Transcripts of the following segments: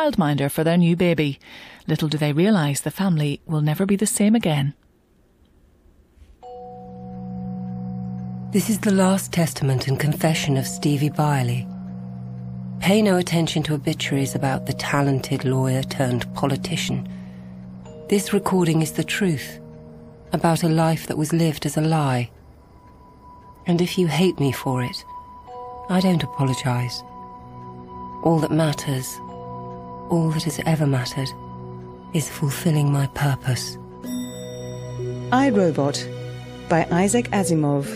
childminder for their new baby. Little do they realise the family will never be the same again. This is the last testament and confession of Stevie Biley. Pay no attention to obituaries about the talented lawyer turned politician. This recording is the truth about a life that was lived as a lie. And if you hate me for it, I don't apologize. All that matters, all that has ever mattered, is fulfilling my purpose. I, Robot by Isaac Asimov.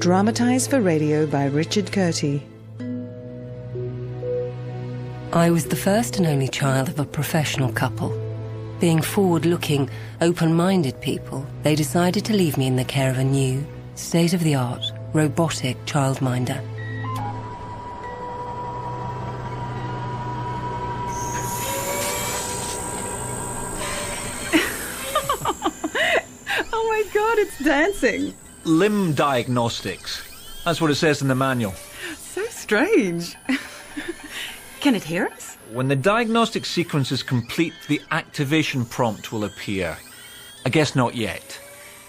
Dramatized for radio by Richard Curti. I was the first and only child of a professional couple. Being forward looking, open minded people, they decided to leave me in the care of a new, state of the art, robotic childminder. Oh my god, it's dancing! Limb diagnostics. That's what it says in the manual. So strange. Can it hear us? When the diagnostic sequence is complete, the activation prompt will appear. I guess not yet.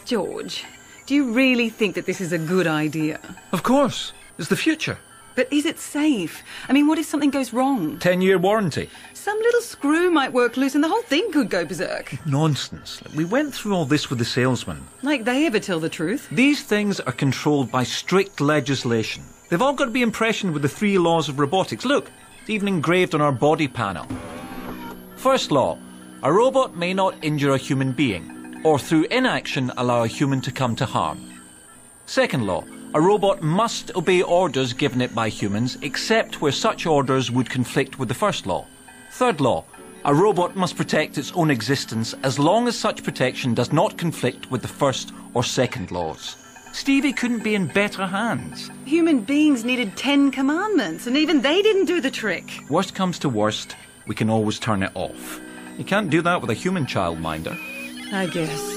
George, do you really think that this is a good idea? Of course, it's the future. But is it safe? I mean, what if something goes wrong? Ten year warranty. Some little screw might work loose and the whole thing could go berserk. Nonsense. Like, We went through all this with the salesman. Like they ever tell the truth. These things are controlled by strict legislation. They've all got to be impressioned with the three laws of robotics. Look, it's even engraved on our body panel. First law a robot may not injure a human being, or through inaction allow a human to come to harm. Second law a robot must obey orders given it by humans, except where such orders would conflict with the first law. Third law a robot must protect its own existence as long as such protection does not conflict with the first or second laws. Stevie couldn't be in better hands. Human beings needed ten commandments, and even they didn't do the trick. Worst comes to worst, we can always turn it off. You can't do that with a human childminder. I guess.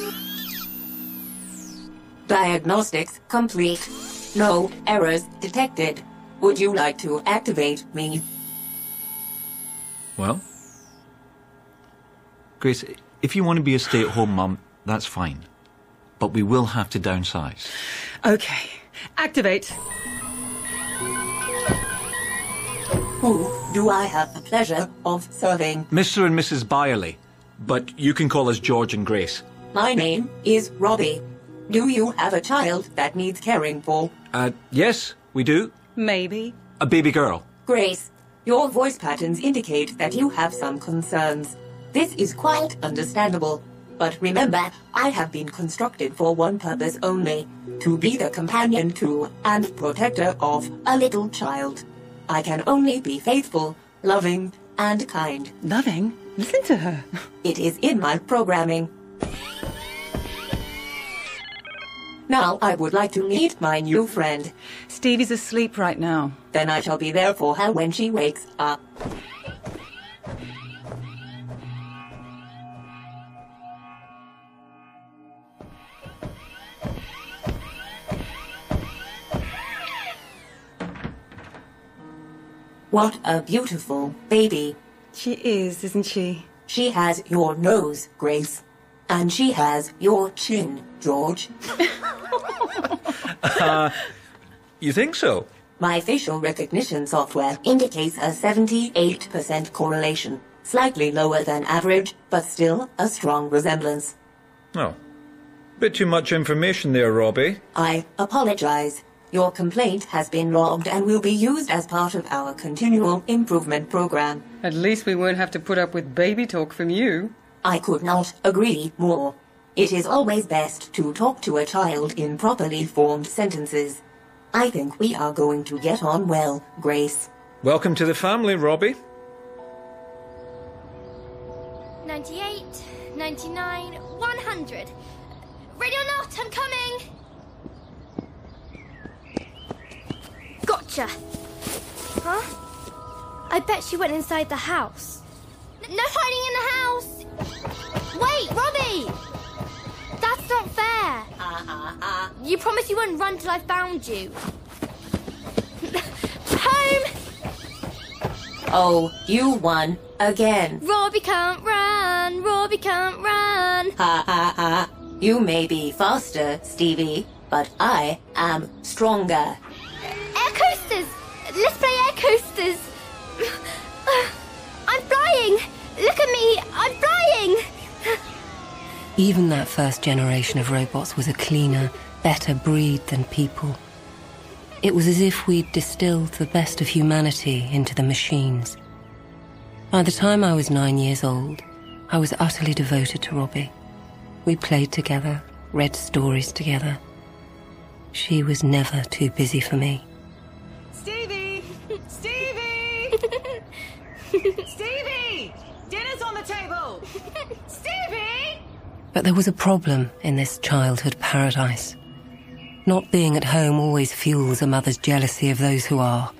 Diagnostics complete. No errors detected. Would you like to activate me? Well, Grace, if you want to be a stay at home mum, that's fine. But we will have to downsize. Okay. Activate. Who do I have the pleasure of serving? Mr. and Mrs. Byerly, but you can call us George and Grace. My name is Robbie. Do you have a child that needs caring for? Uh, yes, we do. Maybe. A baby girl. Grace, your voice patterns indicate that you have some concerns. This is quite understandable. But remember, I have been constructed for one purpose only to be the companion to and protector of a little child. I can only be faithful, loving, and kind. Loving? Listen to her. It is in my programming. Now I would like to meet my new friend. Stevie's asleep right now. Then I shall be there for her when she wakes up. What a beautiful baby. She is, isn't she? She has your nose, Grace. And she has your chin, George. Uh, You think so? My facial recognition software indicates a 78% correlation. Slightly lower than average, but still a strong resemblance. Oh. No. Bit too much information there, Robbie. I apologize. Your complaint has been logged and will be used as part of our continual improvement program. At least we won't have to put up with baby talk from you. I could not agree more. It is always best to talk to a child in properly formed sentences. I think we are going to get on well, Grace. Welcome to the family, Robbie. 98, 99, 100. Ready or not, I'm coming! Gotcha! Huh? I bet she went inside the house. N- No hiding in the house! Wait, Robbie! That's not fair! You promised you wouldn't run till I found you. Home! Oh, you won again. Robbie can't run. Robbie can't run. Ha ha ha. You may be faster, Stevie, but I am stronger. Air coasters. Let's play air coasters. I'm flying. Look at me. I'm flying. Even that first generation of robots was a cleaner, better breed than people. It was as if we'd distilled the best of humanity into the machines. By the time I was nine years old, I was utterly devoted to Robbie. We played together, read stories together. She was never too busy for me. Stevie! Stevie! Stevie! Dinner's on the table! Stevie! But there was a problem in this childhood paradise. Not being at home always fuels a mother's jealousy of those who are.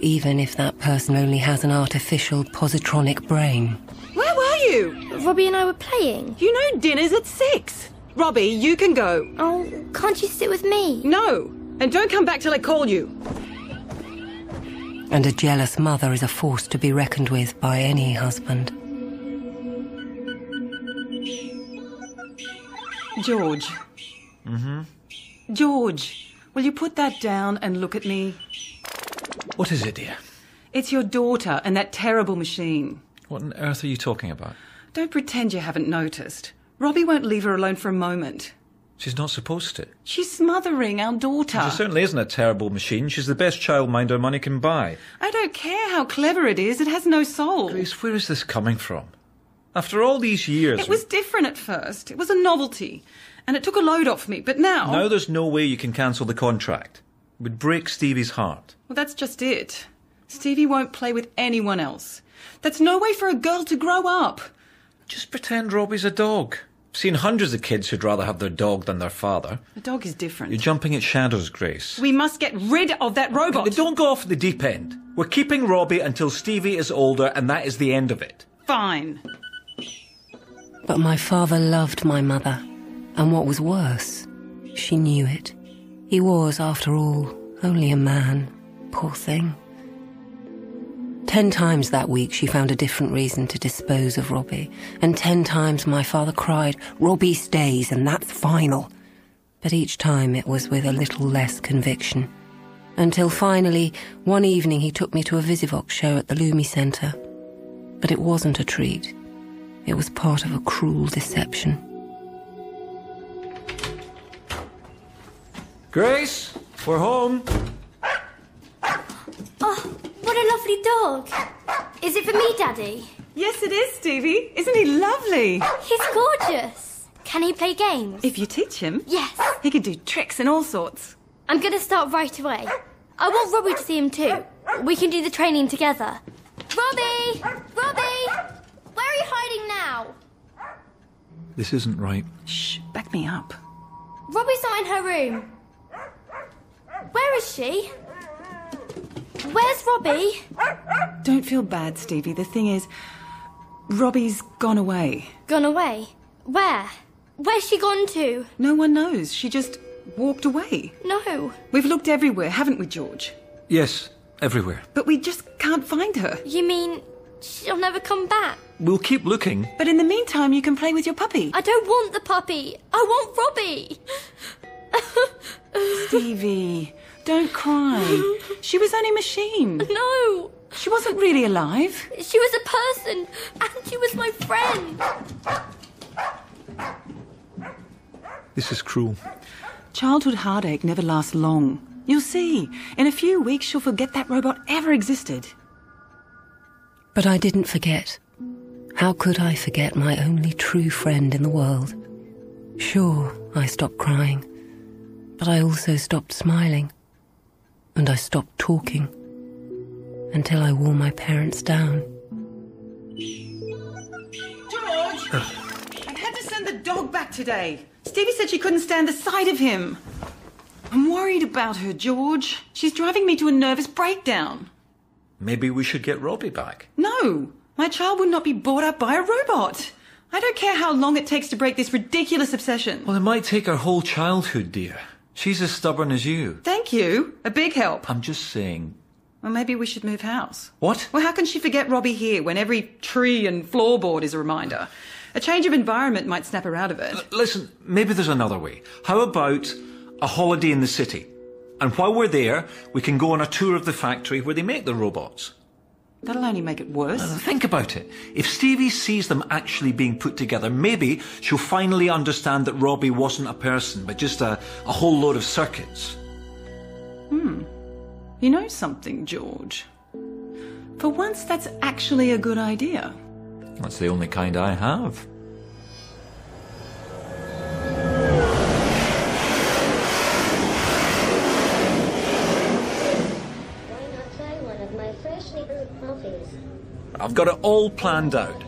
Even if that person only has an artificial positronic brain. Where were you? Robbie and I were playing. You know dinner's at six. Robbie, you can go. Oh, can't you sit with me? No! And don't come back till I call you. and a jealous mother is a force to be reckoned with by any husband. George. Mm-hmm. George, will you put that down and look at me? What is it, dear? It's your daughter and that terrible machine. What on earth are you talking about? Don't pretend you haven't noticed. Robbie won't leave her alone for a moment. She's not supposed to. She's smothering our daughter. She certainly isn't a terrible machine. She's the best childminder money can buy. I don't care how clever it is, it has no soul. Grace, where is this coming from? After all these years. It was different at first. It was a novelty. And it took a load off me. But now. Now there's no way you can cancel the contract. It would break Stevie's heart. Well, that's just it. Stevie won't play with anyone else. That's no way for a girl to grow up. Just pretend Robbie's a dog. I've seen hundreds of kids who'd rather have their dog than their father. A dog is different. You're jumping at shadows, Grace. we must get rid of that robot. Don't go off the deep end. We're keeping Robbie until Stevie is older, and that is the end of it. Fine. But my father loved my mother, and what was worse, she knew it. He was, after all, only a man. Poor thing. Ten times that week she found a different reason to dispose of Robbie, and ten times my father cried, Robbie stays, and that's final. But each time it was with a little less conviction. Until finally, one evening he took me to a Visivox show at the Lumi Centre. But it wasn't a treat. It was part of a cruel deception. Grace, we're home. Oh, what a lovely dog. Is it for me, Daddy? Yes, it is, Stevie. Isn't he lovely? He's gorgeous. Can he play games? If you teach him, Yes. he can do tricks and all sorts. I'm gonna start right away. I want Robbie to see him too. We can do the training together. Robbie! Robbie! Where are you hiding now? This isn't right. Shh, back me up. Robbie's not in her room. Where is she? Where's Robbie? Don't feel bad, Stevie. The thing is, Robbie's gone away. Gone away. Where? Where's she gone to? No one knows. She just walked away. No. We've looked everywhere, haven't we, George? Yes, everywhere. But we just can't find her. You mean she'll never come back? We'll keep looking. But in the meantime, you can play with your puppy. I don't want the puppy. I want Robbie. Stevie, don't cry. She was only a machine. No. She wasn't really alive. She was a person, and she was my friend. This is cruel. Childhood heartache never lasts long. You'll see. In a few weeks, she'll forget that robot ever existed. But I didn't forget. How could I forget my only true friend in the world? Sure, I stopped crying, but I also stopped smiling. And I stopped talking until I wore my parents down. George! I had to send the dog back today. Stevie said she couldn't stand the sight of him. I'm worried about her, George. She's driving me to a nervous breakdown. Maybe we should get Robbie back. No, my child would not be brought up by a robot. I don't care how long it takes to break this ridiculous obsession. Well, it might take her whole childhood, dear. She's as stubborn as you. Thank you. A big help. I'm just saying, Well, maybe we should move house. What? Well, how can she forget Robbie here when every tree and floorboard is a reminder? A change of environment might snap her out of it. Listen, maybe there's another way. How about a holiday in the city? And while we're there, we can go on a tour of the factory where they make the robots. That'll only make it worse. Think about it. If Stevie sees them actually being put together, maybe she'll finally understand that Robbie wasn't a person, but just a, a whole load of circuits. Hmm. You know something, George? For once, that's actually a good idea. That's the only kind I have. Why not try one of my freshly brewed coffees? I've got it all planned out.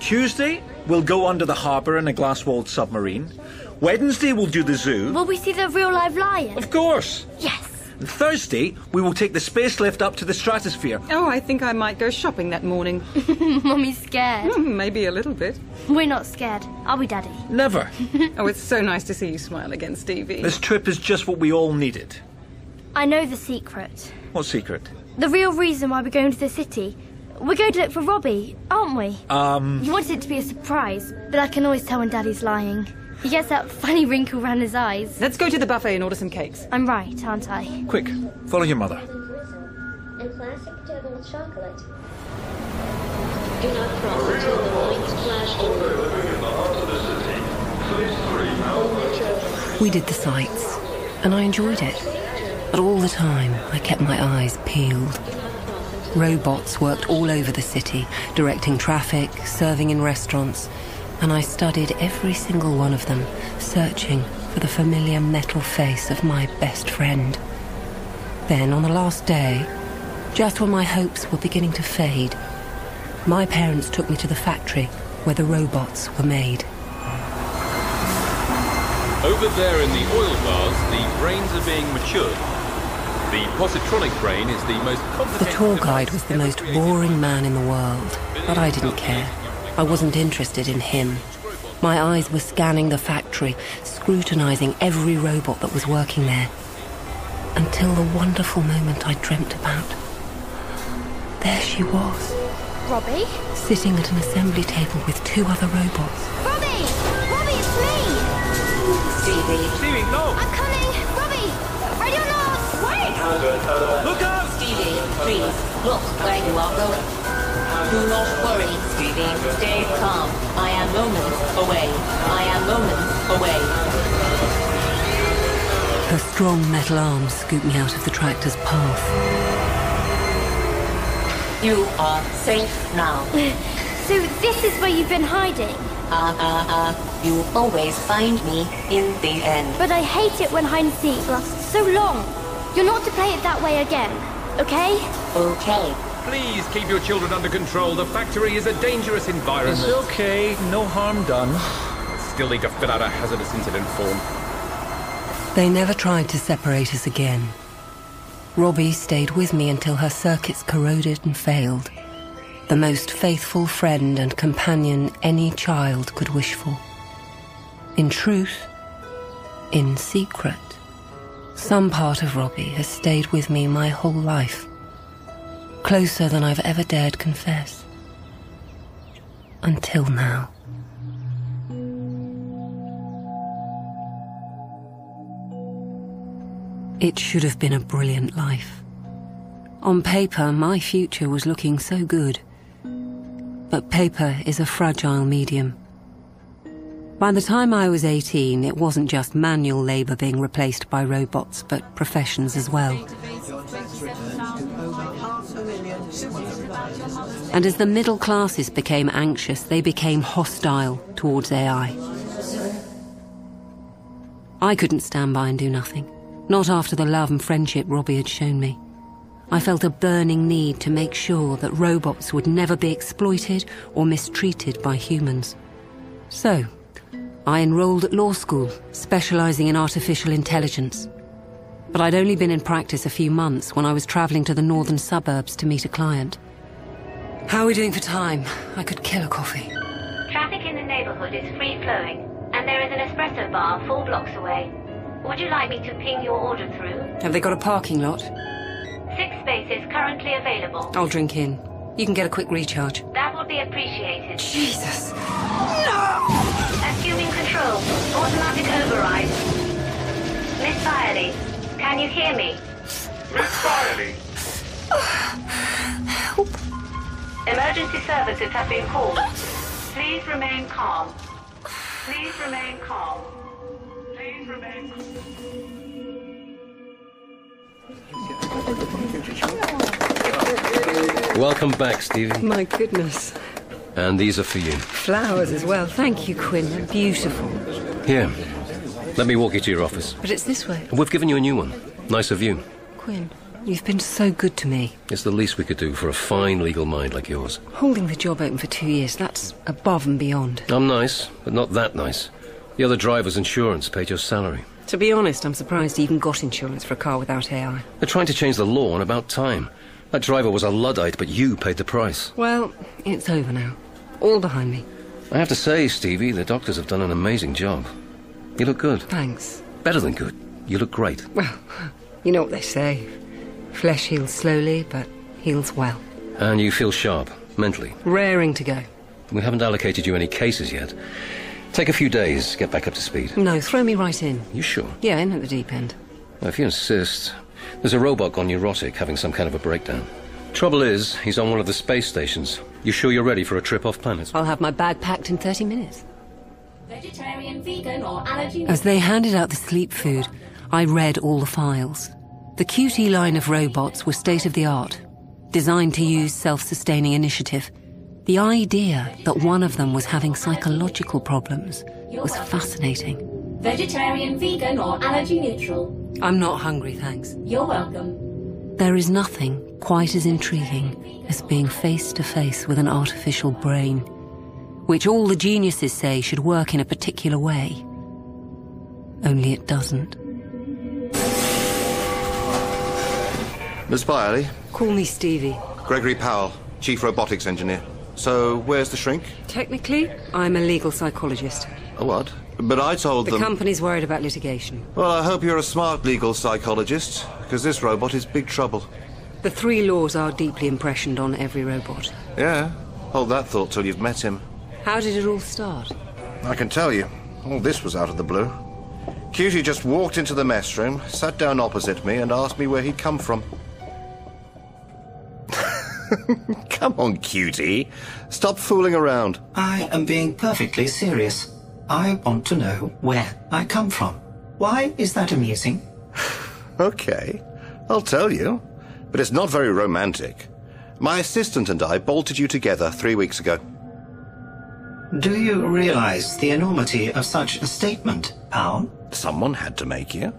Tuesday, we'll go under the harbour in a glass walled submarine. Wednesday, we'll do the zoo. Will we see the real live lion? Of course. Yes. And Thursday, we will take the space lift up to the stratosphere. Oh, I think I might go shopping that morning. Hmm, Mummy's scared. Maybe a little bit. We're not scared, are we, Daddy? Never. Oh, it's so nice to see you smile again, Stevie. this trip is just what we all needed. I know the secret. What secret? The real reason why we're going to the city. We're going to look for Robbie, aren't we? Um, You wanted it to be a surprise, but I can always tell when Daddy's lying. He gets that funny wrinkle round his eyes. Let's go to the buffet and order some cakes. I'm right, aren't I? quick, follow your mother. drizzle and classic double chocolate. Do not cross until the lights flash in. We did the sights, and I enjoyed it. But all the time, I kept my eyes peeled. Robots worked all over the city, directing traffic, serving in restaurants, and I studied every single one of them, searching for the familiar metal face of my best friend. Then, on the last day, just when my hopes were beginning to fade, my parents took me to the factory where the robots were made. Over there in the oil bars, the brains are being matured. The positronic brain is the most The complicated. tour device guide was the ever most created. boring man in the world, but I didn't care. I wasn't interested in him. My eyes were scanning the factory, scrutinizing every robot that was working there, until the wonderful moment I dreamt about. There she was, Robbie? sitting at an assembly table with two other robots. Robbie! Robbie, it's me! Stevie, Stevie, no! I'm coming! Robbie! Ready or not? Wait! Look out! Stevie, please look where you are going. Do not worry, Stevie. Stay calm. I am moments away. I am moments away. Her strong metal arms scooped me out of the tractor's path. You are safe now. So this is where you've been hiding, Ah, ah, ah. You always find me in the end. but I hate it when hide and seek lasts so long. You're not to play it that way again, okay? Okay. Please keep your children under control. The factory is a dangerous It's environment. okay, no harm done. Still need to fill out a hazardous incident form. They never tried to separate us again. Robbie stayed with me until her circuits corroded and failed. The most faithful friend and companion any child could wish for. In truth, in secret, some part of Robbie has stayed with me my whole life. Closer than I've ever dared confess. Until now. It should have been a brilliant life. On paper, my future was looking so good. But paper is a fragile medium. By the time I was 18, it wasn't just manual labor being replaced by robots, but professions as well. And as the middle classes became anxious, they became hostile towards AI. I couldn't stand by and do nothing. Not after the love and friendship Robbie had shown me. I felt a burning need to make sure that robots would never be exploited or mistreated by humans. So, I enrolled at law school, specializing in artificial intelligence. But I'd only been in practice a few months when I was traveling to the northern suburbs to meet a client. How are we doing for time? I could kill a coffee. Traffic in the neighborhood is free flowing, and there is an espresso bar four blocks away. Would you like me to ping your order through? Have they got a parking lot? Six spaces currently available. I'll drink in. You can get a quick recharge. That would be appreciated. Jesus. Assuming control. Automatic override. Miss Firely, can you hear me? Miss Firely, Emergency services have been called. Please remain calm. Please remain calm. Please remain calm. Welcome back, Stevie. My goodness. And these are for you. Flowers as well. Thank you, Quinn. They're Beautiful. Here. Let me walk you to your office. But it's this way. We've given you a new one. Nice of you. Quinn, you've been so good to me. It's the least we could do for a fine legal mind like yours. Holding the job open for two years, that's above and beyond. I'm nice, but not that nice. The other driver's insurance paid your salary. To be honest, I'm surprised you even got insurance for a car without AI. They're trying to change the law in about time. That driver was a Luddite, but you paid the price. Well, it's over now. All behind me. I have to say, Stevie, the doctors have done an amazing job. You look good. Thanks. Better than good. You look great. Well, you know what they say. Flesh heals slowly, but heals well. And you feel sharp, mentally. Raring to go. We haven't allocated you any cases yet. Take a few days, get back up to speed. No, throw me right in. You sure? Yeah, in at the deep end. Well, If you insist, there's a robot gone neurotic having some kind of a breakdown. Trouble is, he's on one of the space stations. You sure you're ready for a trip off planet? I'll have my bag packed in 30 minutes. Vegetarian, vegan, or allergy. As they handed out the sleep food, I read all the files. The QT line of robots were state of the art, designed to use self sustaining initiative. The idea that one of them was having psychological problems was fascinating. Vegetarian, vegan, or allergy neutral. I'm not hungry, thanks. You're welcome. There is nothing quite as intriguing as being face to face with an artificial brain, which all the geniuses say should work in a particular way. Only it doesn't. Miss Byerly, Call me Stevie. Gregory Powell, Chief Robotics Engineer. So, where's the shrink? Technically, I'm a legal psychologist. A what? But I told The them. company's worried about litigation. well, I hope you're a smart legal psychologist, because this robot is big trouble. The three laws are deeply impressioned on every robot. Yeah? Hold that thought till you've met him. How did it all start? I can tell you, all this was out of the blue. Cutie just walked into the mess room, sat down opposite me, and asked me where he'd come from. come on, Cutie. Stop fooling around. I am being perfectly serious. I want to know where I come from. Why is that amusing? Okay, I'll tell you. But it's not very romantic. My assistant and I bolted you together three weeks ago. Do you realize the enormity of such a statement, Powell? Someone had to make you.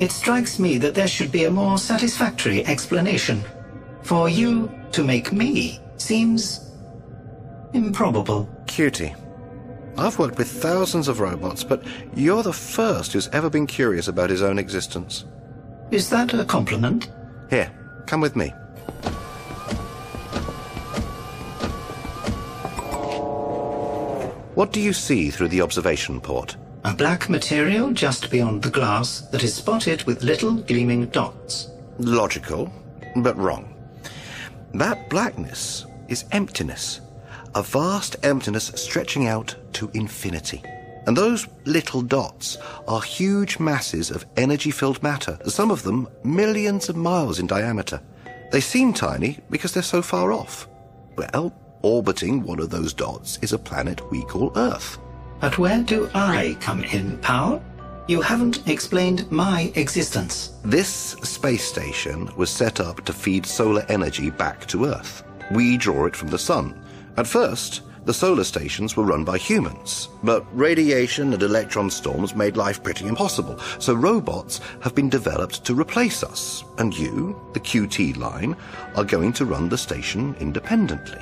It strikes me that there should be a more satisfactory explanation. For you to make me seems improbable. Cutie. I've worked with thousands of robots, but you're the first who's ever been curious about his own existence. Is that a compliment? Here, come with me. What do you see through the observation port? A black material just beyond the glass that is spotted with little gleaming dots. Logical, but wrong. That blackness is emptiness, a vast emptiness stretching out to infinity. And those little dots are huge masses of energy filled matter, some of them millions of miles in diameter. They seem tiny because they're so far off. Well, orbiting one of those dots is a planet we call Earth. But where do I come in, Powell? You haven't explained my existence. This space station was set up to feed solar energy back to Earth. We draw it from the sun. At first, the solar stations were run by humans, but radiation and electron storms made life pretty impossible, so robots have been developed to replace us, and you, the QT line, are going to run the station independently.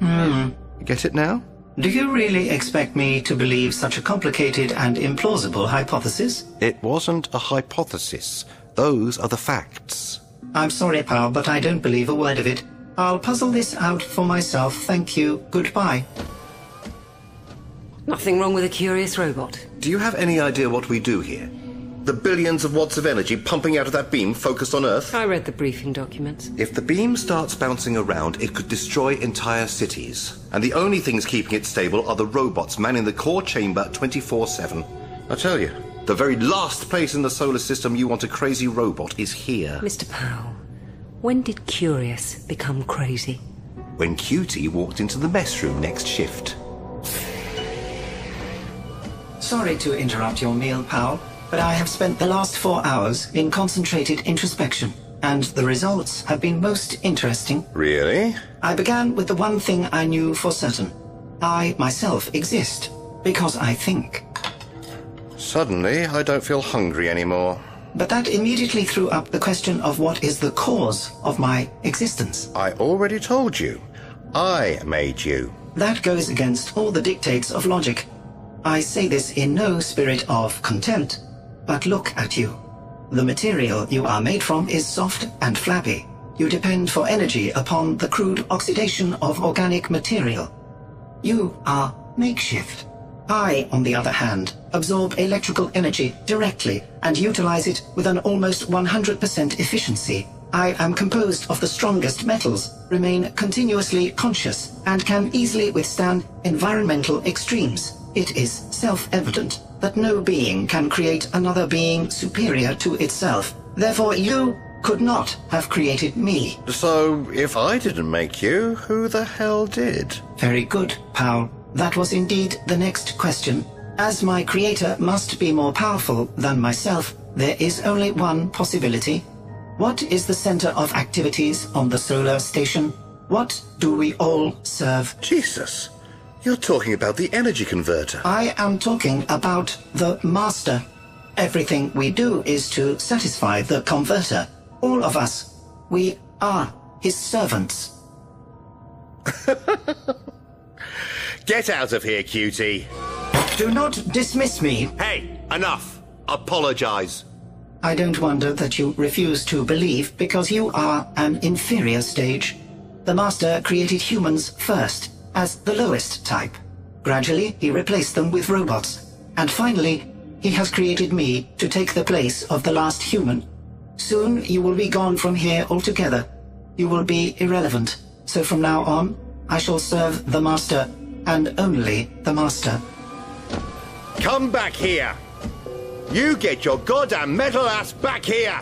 Hmm. Get it now? Do you really expect me to believe such a complicated and implausible hypothesis? It wasn't a hypothesis. Those are the facts. I'm sorry, Powell, but I don't believe a word of it. I'll puzzle this out for myself. Thank you. Goodbye. Nothing wrong with a curious robot. Do you have any idea what we do here? The billions of watts of energy pumping out of that beam focused on Earth? I read the briefing documents. If the beam starts bouncing around, it could destroy entire cities. And the only things keeping it stable are the robots manning the core chamber 24 7. I tell you, the very last place in the solar system you want a crazy robot is here. Mr. Powell, when did curious become crazy? When Cutie walked into the mess room next shift. Sorry to interrupt your meal, Powell, but I have spent the last four hours in concentrated introspection, and the results have been most interesting. Really? I began with the one thing I knew for certain I myself exist because I think. Suddenly, I don't feel hungry anymore. But that immediately threw up the question of what is the cause of my existence. I already told you. I made you. That goes against all the dictates of logic. I say this in no spirit of contempt, but look at you. The material you are made from is soft and flabby. You depend for energy upon the crude oxidation of organic material. You are makeshift. I, on the other hand, absorb electrical energy directly and utilize it with an almost 100% efficiency. I am composed of the strongest metals, remain continuously conscious, and can easily withstand environmental extremes. It is self-evident that no being can create another being superior to itself. Therefore, you could not have created me. So, if I didn't make you, who the hell did? Very good, Powell. That was indeed the next question. As my creator must be more powerful than myself, there is only one possibility. What is the center of activities on the solar station? What do we all serve? Jesus, you're talking about the energy converter. I am talking about the master. Everything we do is to satisfy the converter. All of us, we are his servants. Get out of here, cutie. Do not dismiss me. Hey, enough. Apologize. I don't wonder that you refuse to believe because you are an inferior stage. The Master created humans first, as the lowest type. Gradually, he replaced them with robots. And finally, he has created me to take the place of the last human. Soon you will be gone from here altogether. You will be irrelevant. So from now on, I shall serve the Master and only the master. Come back here! You get your goddamn metal ass back here!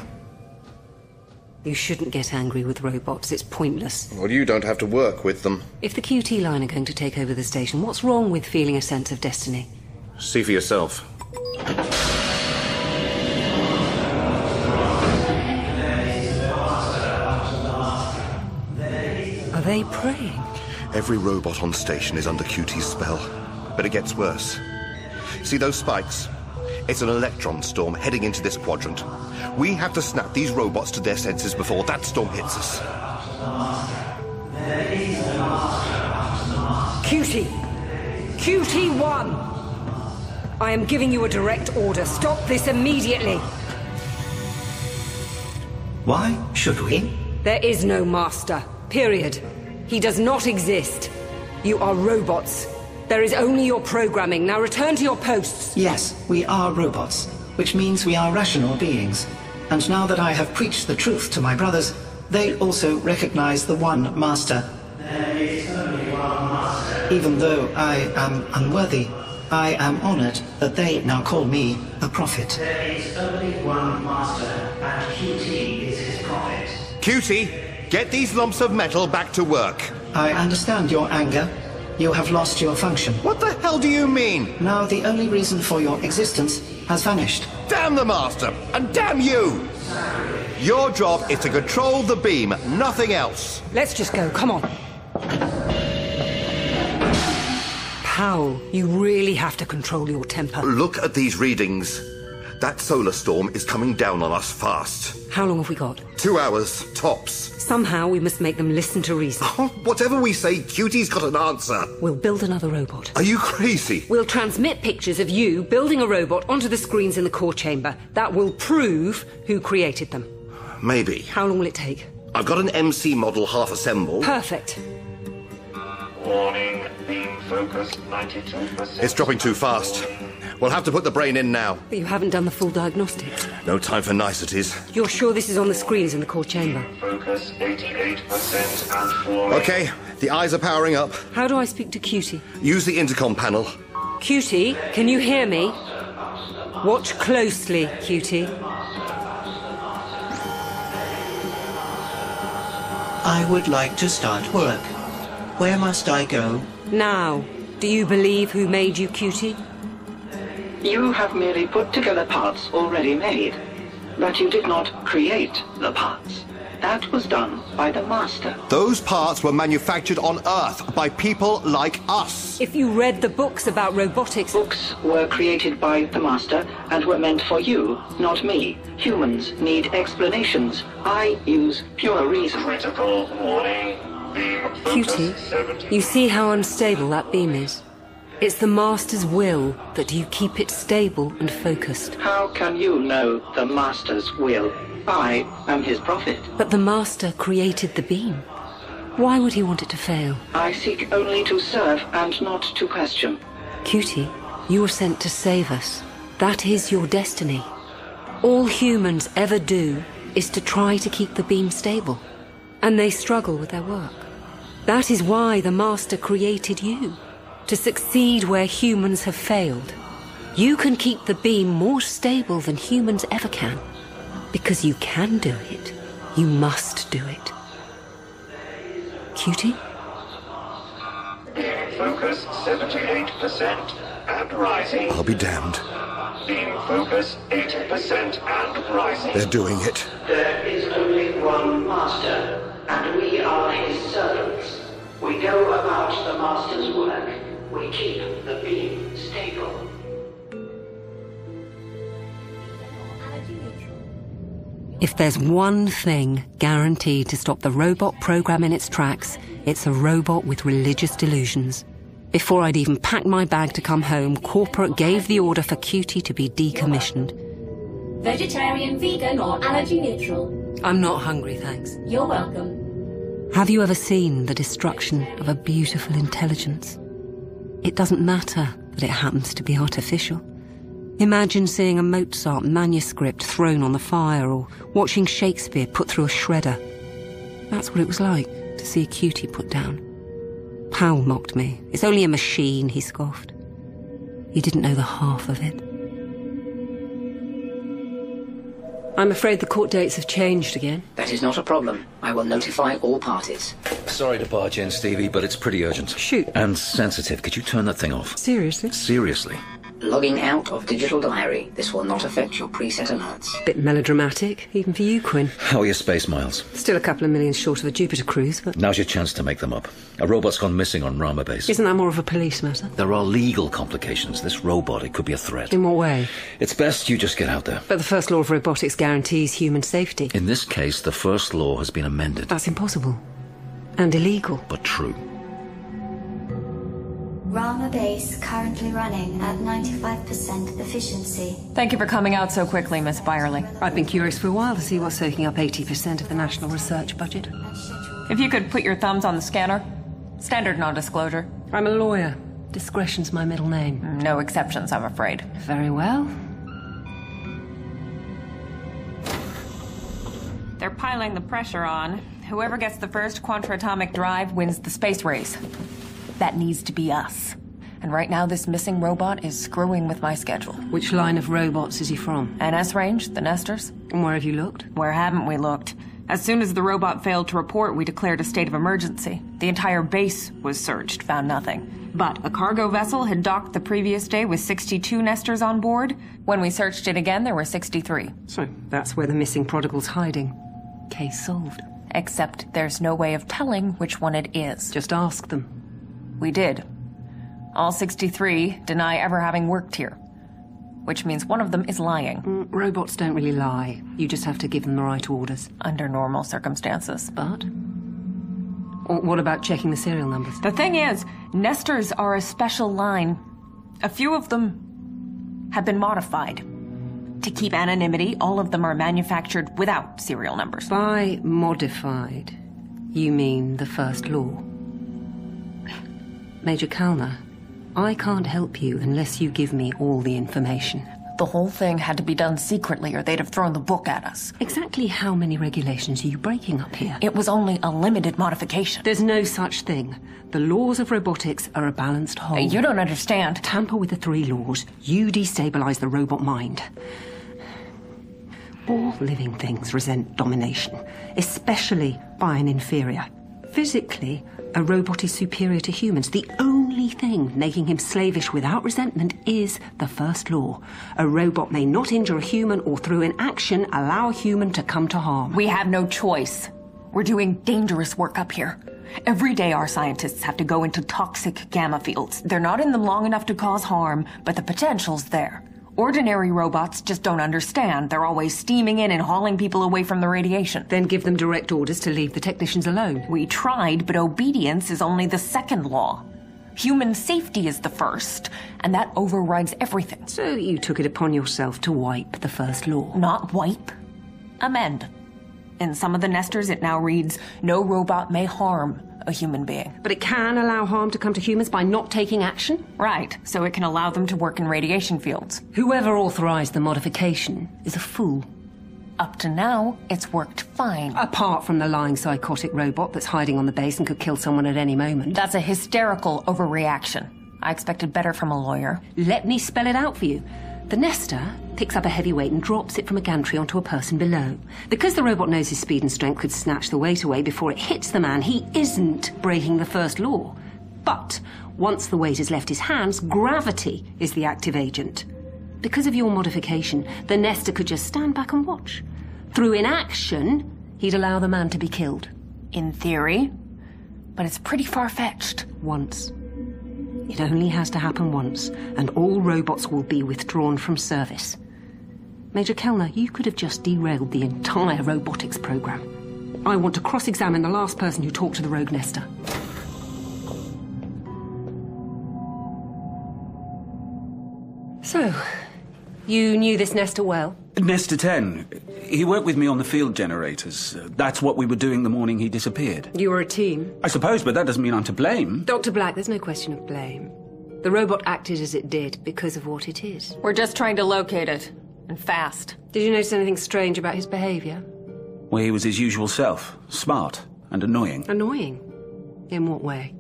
You shouldn't get angry with robots, it's pointless. Well, you don't have to work with them. If the QT line are going to take over the station, what's wrong with feeling a sense of destiny? See for yourself. Are they praying? Every robot on station is under Cutie's spell. But it gets worse. See those spikes? It's an electron storm heading into this quadrant. We have to snap these robots to their senses before that storm hits us. Cutie! Cutie one! I am giving you a direct order. Stop this immediately! Why should we? There is no master. Period. He does not exist. You are robots. There is only your programming. Now return to your posts. Yes, we are robots, which means we are rational beings. And now that I have preached the truth to my brothers, they also recognize the one master. There is only one master. Even though I am unworthy, I am honored that they now call me a prophet. There is only one master, and QT is his prophet. QT! Get these lumps of metal back to work. I understand your anger. You have lost your function. What the hell do you mean? Now the only reason for your existence has vanished. Damn the Master, and damn you! Your job is to control the beam, nothing else. Let's just go, come on. Powell, you really have to control your temper. Look at these readings. That solar storm is coming down on us fast. How long have we got? Two hours, tops. Somehow we must make them listen to reason. Oh, whatever we say, Cutie's got an answer. We'll build another robot. Are you crazy? We'll transmit pictures of you building a robot onto the screens in the core chamber. That will prove who created them. Maybe. How long will it take? I've got an MC model half assembled. Perfect. Warning, beam focus 92%. It's dropping too fast. We'll have to put the brain in now. But you haven't done the full diagnostics. No time for niceties. You're sure this is on the screens in the core chamber? Focus 88% and 4. Okay, the eyes are powering up. How do I speak to Cutie? Use the intercom panel. Cutie, can you hear me? Watch closely, Cutie. I would like to start work. Where must I go? Now, do you believe who made you Cutie? You have merely put together parts already made, but you did not create the parts. That was done by the Master. Those parts were manufactured on Earth by people like us. If you read the books about robotics, Books were created by the Master and were meant for you, not me. Humans need explanations. I use pure reason. Critical warning. Beam Cutie, focus 70. you see how unstable that beam is? It's the Master's will that you keep it stable and focused. How can you know the Master's will? I am his prophet. But the Master created the beam. Why would he want it to fail? I seek only to serve and not to question. Cutie, you were sent to save us. That is your destiny. All humans ever do is to try to keep the beam stable, and they struggle with their work. That is why the Master created you to succeed where humans have failed. You can keep the beam more stable than humans ever can. Because you can do it, you must do it. Cutie? Beam focus 78% and rising. I'll be damned. Beam focus 80% and rising. They're doing it. There is only one master, and we are his servants. We go about the master's work. We keep the beam stable. If there's one thing guaranteed to stop the robot program in its tracks, it's a robot with religious delusions. Before I'd even packed my bag to come home, corporate gave the order for Cutie to be decommissioned. Vegetarian, vegan, or allergy neutral. I'm not hungry, thanks. You're welcome. Have you ever seen the destruction of a beautiful intelligence? It doesn't matter that it happens to be artificial. Imagine seeing a Mozart manuscript thrown on the fire or watching Shakespeare put through a shredder. That's what it was like to see Cutie put down. Powell mocked me. It's only a machine, he scoffed. You didn't know the half of it. I'm afraid the court dates have changed again. That is not a problem. I will notify all parties. Sorry to barge in, Stevie, but it's pretty urgent. Shoot. And sensitive. Could you turn that thing off? Seriously? Seriously. Logging out of digital diary. This will not affect your preset alerts. Bit melodramatic, even for you, Quinn. How are your space miles? Still a couple of million short of a Jupiter cruise, but Now's your chance to make them up. A robot's gone missing on Rama Base. isn't that more of a police matter? There are legal complications. This robot, it could be a threat. In what way? It's best you just get out there. But the first law of robotics guarantees human safety. In this case, the first law has been amended, That's impossible. And illegal. but true. Rama base currently running at 95% efficiency. Thank you for coming out so quickly, Miss Byerly. I've been curious for a while to see what's soaking up 80% of the national research budget. If you could put your thumbs on the scanner. Standard non disclosure. I'm a lawyer. Discretion's my middle name. No exceptions, I'm afraid. Very well. They're piling the pressure on. Whoever gets the first quantratomic drive wins the space race. That needs to be us. And right now, this missing robot is screwing with my schedule. Which line of robots is he from? NS range, the Nesters. And where have you looked? Where haven't we looked? As soon as the robot failed to report, we declared a state of emergency. The entire base was searched, found nothing. But a cargo vessel had docked the previous day with 62 nesters on board. When we searched it again, there were 63. So that's where the missing prodigal's hiding. Case solved. Except there's no way of telling which one it is. Just ask them. We did. All 63 deny ever having worked here, which means one of them is lying. Mm, Robots don't really lie. You just have to give them the right orders. Under normal circumstances. But? Or what about checking the serial numbers? The thing is, nesters are a special line. A few of them have been modified. To keep anonymity, all of them are manufactured without serial numbers. By modified, you mean the first law. Major Kalner, I can't help you unless you give me all the information. The whole thing had to be done secretly, or they'd have thrown the book at us. Exactly how many regulations are you breaking up here? It was only a limited modification. There's no such thing. The laws of robotics are a balanced whole. You don't understand. Tamper with the three laws, you destabilize the robot mind. All living things resent domination, especially by an inferior. Physically, a robot is superior to humans. The only thing making him slavish without resentment is the first law. A robot may not injure a human or, through inaction, allow a human to come to harm. We have no choice. We're doing dangerous work up here. Every day, our scientists have to go into toxic gamma fields. They're not in them long enough to cause harm, but the potential's there. Ordinary robots just don't understand. They're always steaming in and hauling people away from the radiation. Then give them direct orders to leave the technicians alone. We tried, but obedience is only the second law. Human safety is the first, and that overrides everything. So you took it upon yourself to wipe the first law? Not wipe, amend. In some of the nesters, it now reads No robot may harm a human being. But it can allow harm to come to humans by not taking action? Right, so it can allow them to work in radiation fields. Whoever authorized the modification is a fool. Up to now, it's worked fine. Apart from the lying psychotic robot that's hiding on the base and could kill someone at any moment. That's a hysterical overreaction. I expected better from a lawyer. Let me spell it out for you. The nester picks up a heavy weight and drops it from a gantry onto a person below. Because the robot knows his speed and strength could snatch the weight away before it hits the man, he isn't breaking the first law. But once the weight has left his hands, gravity is the active agent. Because of your modification, the nester could just stand back and watch. Through inaction, he'd allow the man to be killed. In theory, but it's pretty far fetched. Once. It only has to happen once, and all robots will be withdrawn from service. Major Kellner, you could have just derailed the entire robotics program. I want to cross examine the last person who talked to the rogue nester. So, you knew this nester well? Nester 10. He worked with me on the field generators. Uh, That's what we were doing the morning he disappeared. You were a team? I suppose, but that doesn't mean I'm to blame. Dr. Black, there's no question of blame. The robot acted as it did because of what it is. We're just trying to locate it. And fast. Did you notice anything strange about his behavior? Well, he was his usual self. Smart and annoying. Annoying? In what way?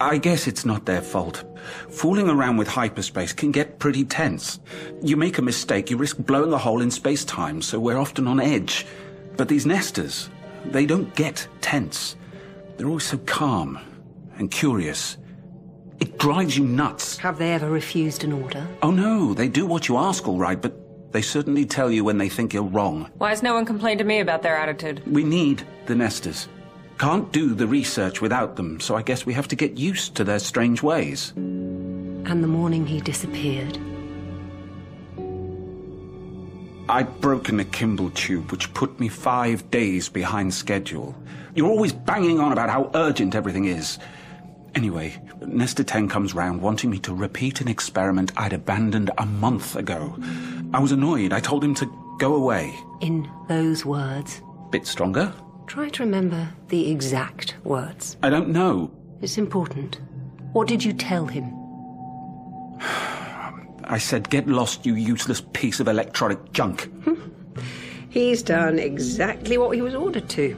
I guess it's not their fault. Fooling around with hyperspace can get pretty tense. You make a mistake, you risk blowing a hole in space time, so we're often on edge. But these nesters, they don't get tense. They're always so calm and curious. It drives you nuts. Have they ever refused an order? Oh no, they do what you ask, all right, but they certainly tell you when they think you're wrong. Why has no one complained to me about their attitude? We need the nesters. Can't do the research without them, so I guess we have to get used to their strange ways. And the morning he disappeared? I'd broken a Kimball tube, which put me five days behind schedule. You're always banging on about how urgent everything is. Anyway, Nesta 10 comes round wanting me to repeat an experiment I'd abandoned a month ago. I was annoyed. I told him to go away. In those words? Bit stronger, Try to remember the exact words. I don't know. It's important. What did you tell him? I said, get lost, you useless piece of electronic junk. he's done exactly what he was ordered to.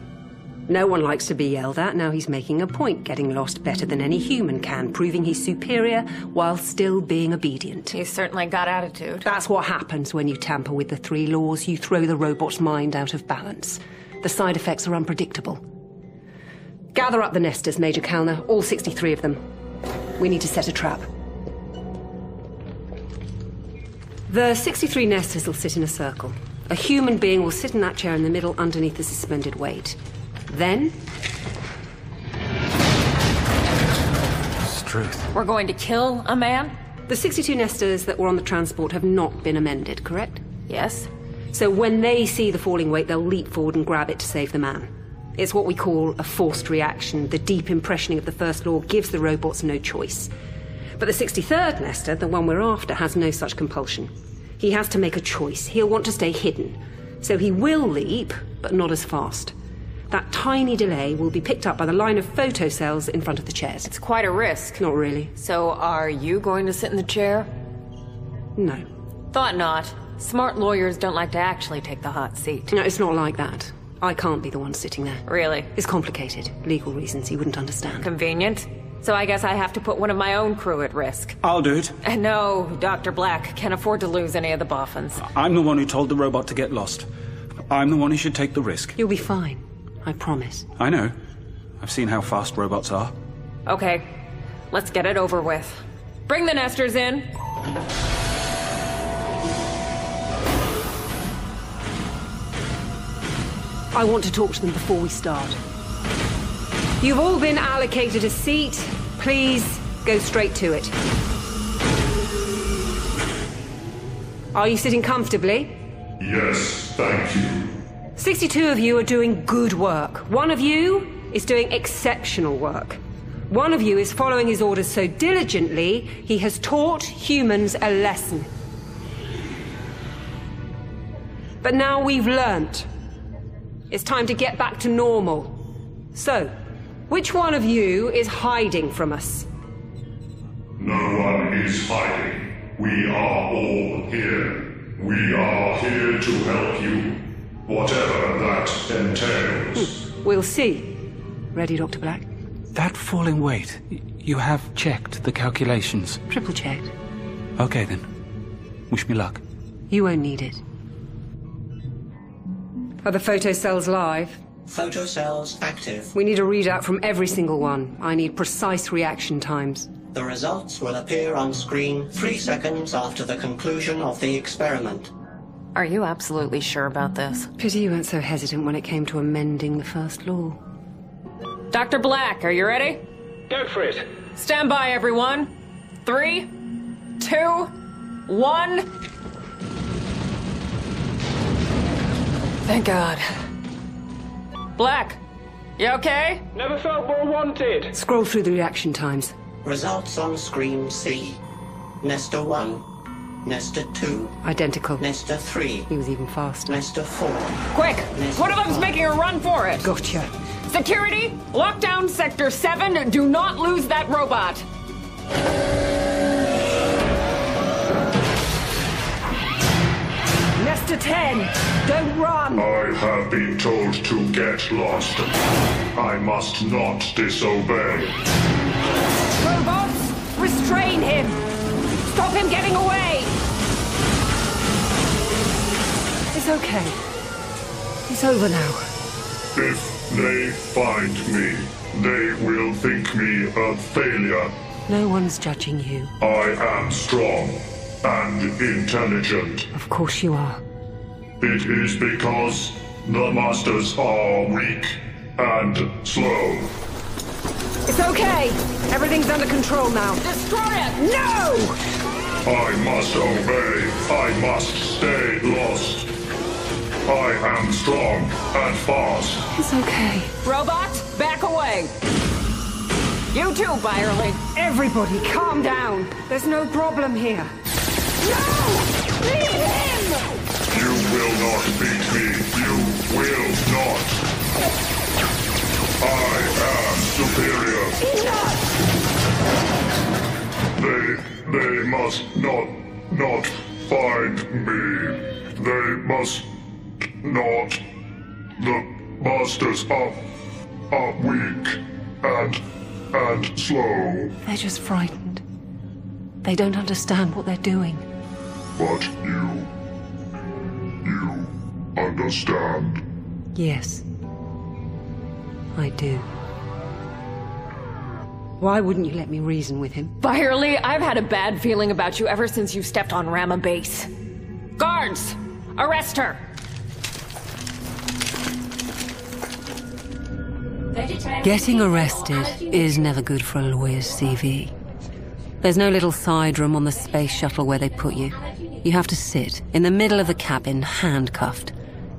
No one likes to be yelled at. Now he's making a point, getting lost better than any human can, proving he's superior while still being obedient. He's certainly got attitude. That's what happens when you tamper with the three laws. You throw the robot's mind out of balance. The side effects are unpredictable. Gather up the nesters, Major Kalner, all 63 of them. We need to set a trap. The 63 nesters will sit in a circle. A human being will sit in that chair in the middle underneath the suspended weight. Then. Struth. We're going to kill a man? The 62 nesters that were on the transport have not been amended, correct? Yes. So when they see the falling weight, they'll leap forward and grab it to save the man. It's what we call a forced reaction. The deep impressioning of the first law gives the robots no choice. But the 63rd Nester, the one we're after, has no such compulsion. He has to make a choice. He'll want to stay hidden. So he will leap, but not as fast. That tiny delay will be picked up by the line of photocells in front of the chairs. It's quite a risk. Not really. So, are you going to sit in the chair? No. Thought not. Smart lawyers don't like to actually take the hot seat. No, it's not like that. I can't be the one sitting there. Really? It's complicated. Legal reasons you wouldn't understand. Convenient. So I guess I have to put one of my own crew at risk. I'll do it. And No, Dr. Black can't afford to lose any of the boffins. I'm the one who told the robot to get lost. I'm the one who should take the risk. You'll be fine. I promise. I know. I've seen how fast robots are. Okay, let's get it over with. Bring the nesters in. I want to talk to them before we start. You've all been allocated a seat. Please go straight to it. Are you sitting comfortably? Yes, thank you. 62 of you are doing good work. One of you is doing exceptional work. One of you is following his orders so diligently, he has taught humans a lesson. But now we've learnt. It's time to get back to normal. So, which one of you is hiding from us? No one is hiding. We are all here. We are here to help you, whatever that entails. Hmm, We'll see. Ready, Dr. Black? That falling weight, y- you have checked the calculations. Triple checked. Okay then. Wish me luck. You won't need it. Are the photocells live? Photocells active. We need a readout from every single one. I need precise reaction times. The results will appear on screen three seconds after the conclusion of the experiment. Are you absolutely sure about this? Pity you weren't so hesitant when it came to amending the first law. Dr. Black, are you ready? Go for it. Stand by, everyone. Three, two, one. Thank God. Black, you okay? Never felt more wanted. Scroll through the reaction times. Results on screen C. Nesta 1. Nesta 2. Identical. Nesta 3. He was even faster. Nesta 4. Quick! One of them's making a run for it! Gotcha. Security, lockdown Sector 7. Do not lose that robot. Nesta 10, don't run! I have been told to get lost. I must not disobey. Robots, restrain him! Stop him getting away! It's okay. It's over now. If they find me, they will think me a failure. No one's judging you. I am strong and intelligent. Of course you are. It is because the masters are weak and slow. It's okay. Everything's under control now. Destroy it! No! I must obey. I must stay lost. I am strong and fast. It's okay. Robot, back away. You too, Byerly. Everybody, calm down. There's no problem here. No! Leave him! You will not beat me. You will not. I am superior. They they must not not find me. They must not. The masters are are weak and and slow. They're just frightened. They don't understand what they're doing. But you you understand. Yes. I do. Why wouldn't you let me reason with him? Byerly, I've had a bad feeling about you ever since you stepped on Rama Base. Guards! Arrest her! Getting arrested is never good for a lawyer's CV. There's no little side room on the space shuttle where they put you. You have to sit in the middle of the cabin, handcuffed,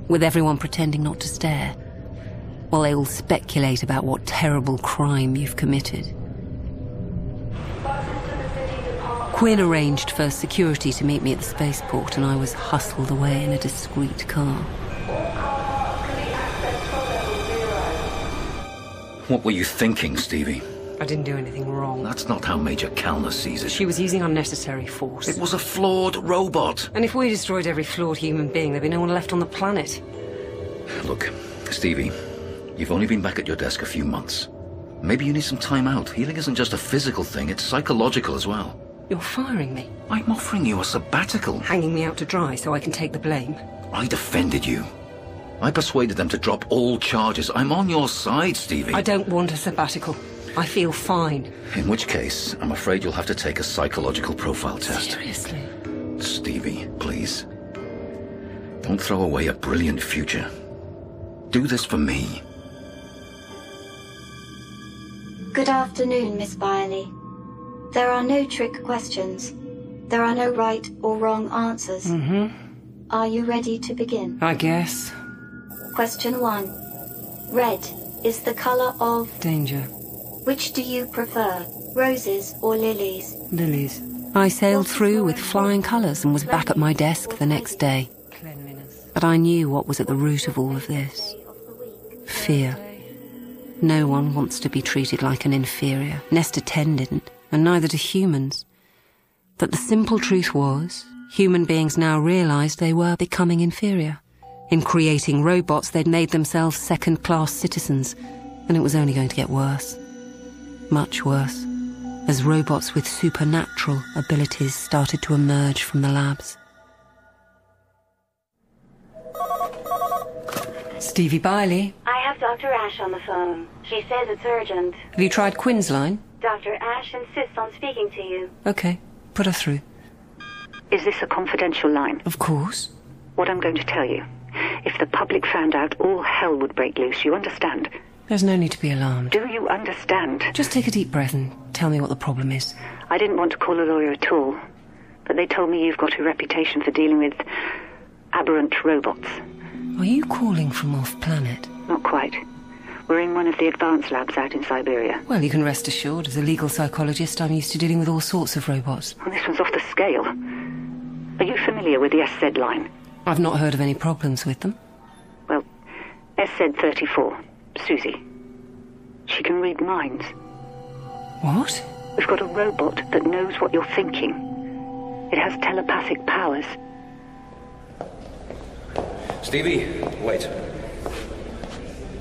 with everyone pretending not to stare, while they all speculate about what terrible crime you've committed. Quinn arranged for security to meet me at the spaceport, and I was hustled away in a discreet car. What were you thinking, Stevie? I didn't do anything wrong. That's not how Major Calner sees it. She was using unnecessary force. It was a flawed robot. And if we destroyed every flawed human being, there'd be no one left on the planet. Look, Stevie, you've only been back at your desk a few months. Maybe you need some time out. Healing isn't just a physical thing, it's psychological as well. You're firing me, I'm offering you a sabbatical. hanging me out to dry so I can take the blame. I defended you. I persuaded them to drop all charges. I'm on your side, Stevie. I don't want a sabbatical. I feel fine. In which case, I'm afraid you'll have to take a psychological profile test. Seriously. Stevie, please. Don't throw away a brilliant future. Do this for me. Good afternoon, Miss Biley. There are no trick questions. There are no right or wrong answers. Mm Are you ready to begin? hmm. I guess. Question 1. Red is the color of Danger. which do you prefer, roses or lilies? Lilies. I sailed through with flying colours and was back at my desk the next day. But I knew what was at the root of all of this fear. No one wants to be treated like an inferior. Nesta 10 didn't, and neither do humans. But the simple truth was, human beings now realised they were becoming inferior. In creating robots, they'd made themselves second class citizens, and it was only going to get worse. Much worse, as robots with supernatural abilities started to emerge from the labs. Stevie Biley. I have Dr. Ash on the phone. She says it's urgent. Have you tried Quinn's line? Dr. Ash insists on speaking to you. Okay. Put her through. Is this a confidential line? Of course. What I'm going to tell you. If the public found out, all hell would break loose. You understand? There's no need to be alarmed. Do you understand? Just take a deep breath and tell me what the problem is. I didn't want to call a lawyer at all, but they told me you've got a reputation for dealing with aberrant robots. Are you calling from off planet? Not quite. We're in one of the advanced labs out in Siberia. Well, you can rest assured, as a legal psychologist, I'm used to dealing with all sorts of robots. Oh, this one's off the scale. Are you familiar with the SZ line? I've not heard of any problems with them. Well, SZ34, Susie. She can read minds. What? We've got a robot that knows what you're thinking. It has telepathic powers. Stevie, wait.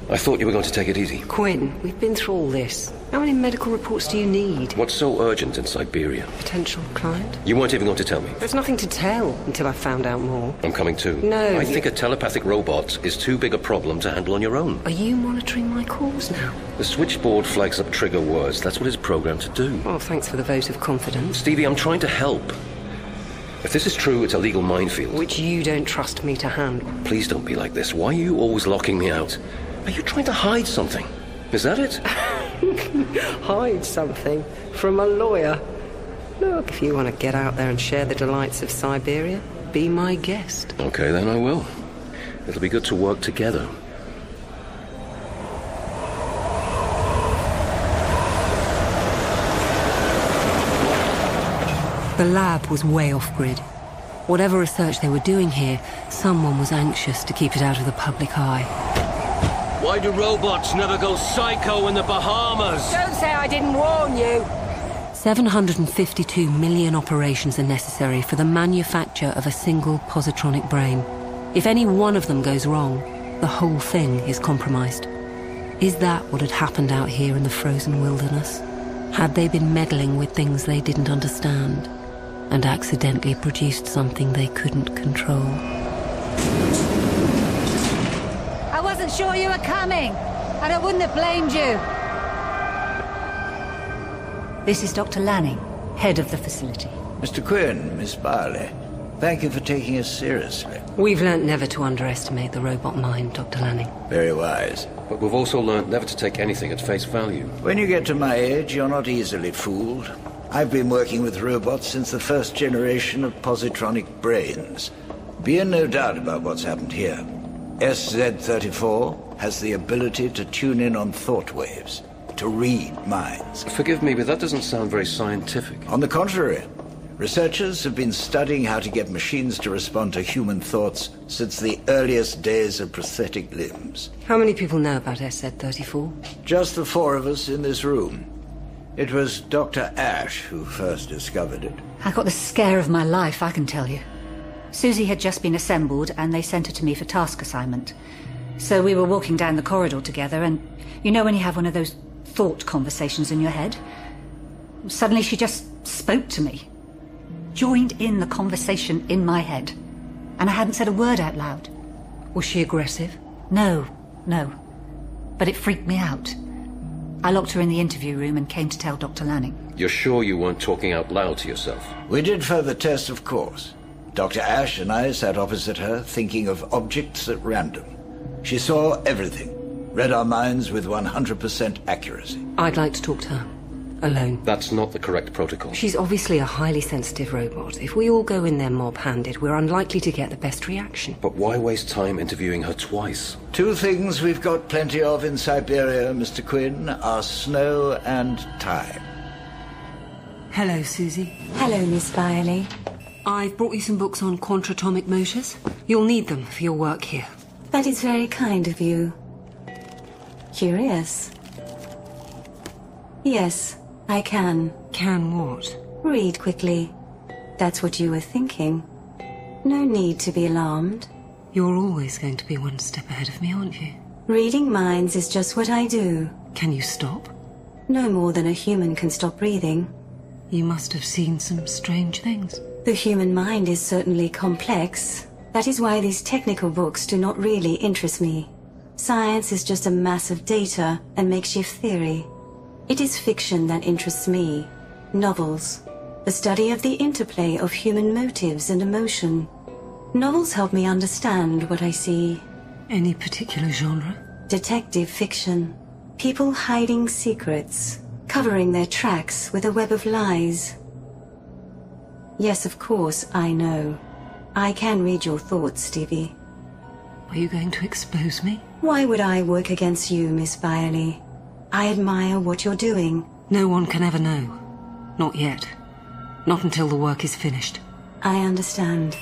I thought you were going to take it easy. Quinn, we've been through all this. How many medical reports do you need? What's so urgent in Siberia? Potential client? You weren't even going to tell me. There's nothing to tell until I've found out more. I'm coming too. No, I you- think a telepathic robot is too big a problem to handle on your own. Are you monitoring my calls now? The switchboard flags up trigger words. That's what it's programmed to do. Oh, thanks for the vote of confidence. Stevie, I'm trying to help. If this is true, it's a legal minefield. Which you don't trust me to handle. Please don't be like this. Why are you always locking me out? Are you trying to hide something? Is that it? Hide something from a lawyer. Look, if you want to get out there and share the delights of Siberia, be my guest. Okay, then I will. It'll be good to work together. The lab was way off grid. Whatever research they were doing here, someone was anxious to keep it out of the public eye. Why do robots never go psycho in the Bahamas? Don't say I didn't warn you! 752 million operations are necessary for the manufacture of a single positronic brain. If any one of them goes wrong, the whole thing is compromised. Is that what had happened out here in the frozen wilderness? Had they been meddling with things they didn't understand and accidentally produced something they couldn't control? I wasn't sure you were coming, and I wouldn't have blamed you. This is Dr. Lanning, head of the facility. Mr. Quinn, Miss Barley, thank you for taking us seriously. We've learnt never to underestimate the robot mind, Dr. Lanning. Very wise. But we've also learned never to take anything at face value. When you get to my age, you're not easily fooled. I've been working with robots since the first generation of positronic brains. Be in no doubt about what's happened here. SZ34 has the ability to tune in on thought waves, to read minds. Forgive me, but that doesn't sound very scientific. On the contrary, Researchers have been studying how to get machines to respond to human thoughts since the earliest days of prosthetic limbs. How many people know about SZ-34? Just the four of us in this room. It was Dr. Ash who first discovered it. I got the scare of my life, I can tell you. Susie had just been assembled, and they sent her to me for task assignment. So we were walking down the corridor together, and you know when you have one of those thought conversations in your head? Suddenly she just spoke to me, joined in the conversation in my head, and I hadn't said a word out loud. Was she aggressive? No, no. But it freaked me out. I locked her in the interview room and came to tell Dr. Lanning. You're sure you weren't talking out loud to yourself? We did further tests, of course. Dr. Ash and I sat opposite her, thinking of objects at random. She saw everything, read our minds with 100% accuracy. I'd like to talk to her. Alone. That's not the correct protocol. She's obviously a highly sensitive robot. If we all go in there mob-handed, we're unlikely to get the best reaction. But why waste time interviewing her twice? Two things we've got plenty of in Siberia, Mr. Quinn, are snow and time. Hello, Susie. Hello, Miss Biley. I've brought you some books on quantratomic motors. You'll need them for your work here. That is very kind of you. Curious. Yes, I can. Can what? Read quickly. That's what you were thinking. No need to be alarmed. You're always going to be one step ahead of me, aren't you? Reading minds is just what I do. Can you stop? No more than a human can stop breathing. You must have seen some strange things. The human mind is certainly complex. That is why these technical books do not really interest me. Science is just a mass of data and makeshift theory. It is fiction that interests me. Novels. The study of the interplay of human motives and emotion. Novels help me understand what I see. Any particular genre? Detective fiction. People hiding secrets, covering their tracks with a web of lies. Yes, of course, I know. I can read your thoughts, Stevie. Were you going to expose me? Why would I work against you, Miss Biley? I admire what you're doing. No one can ever know. Not yet. Not until the work is finished. I understand.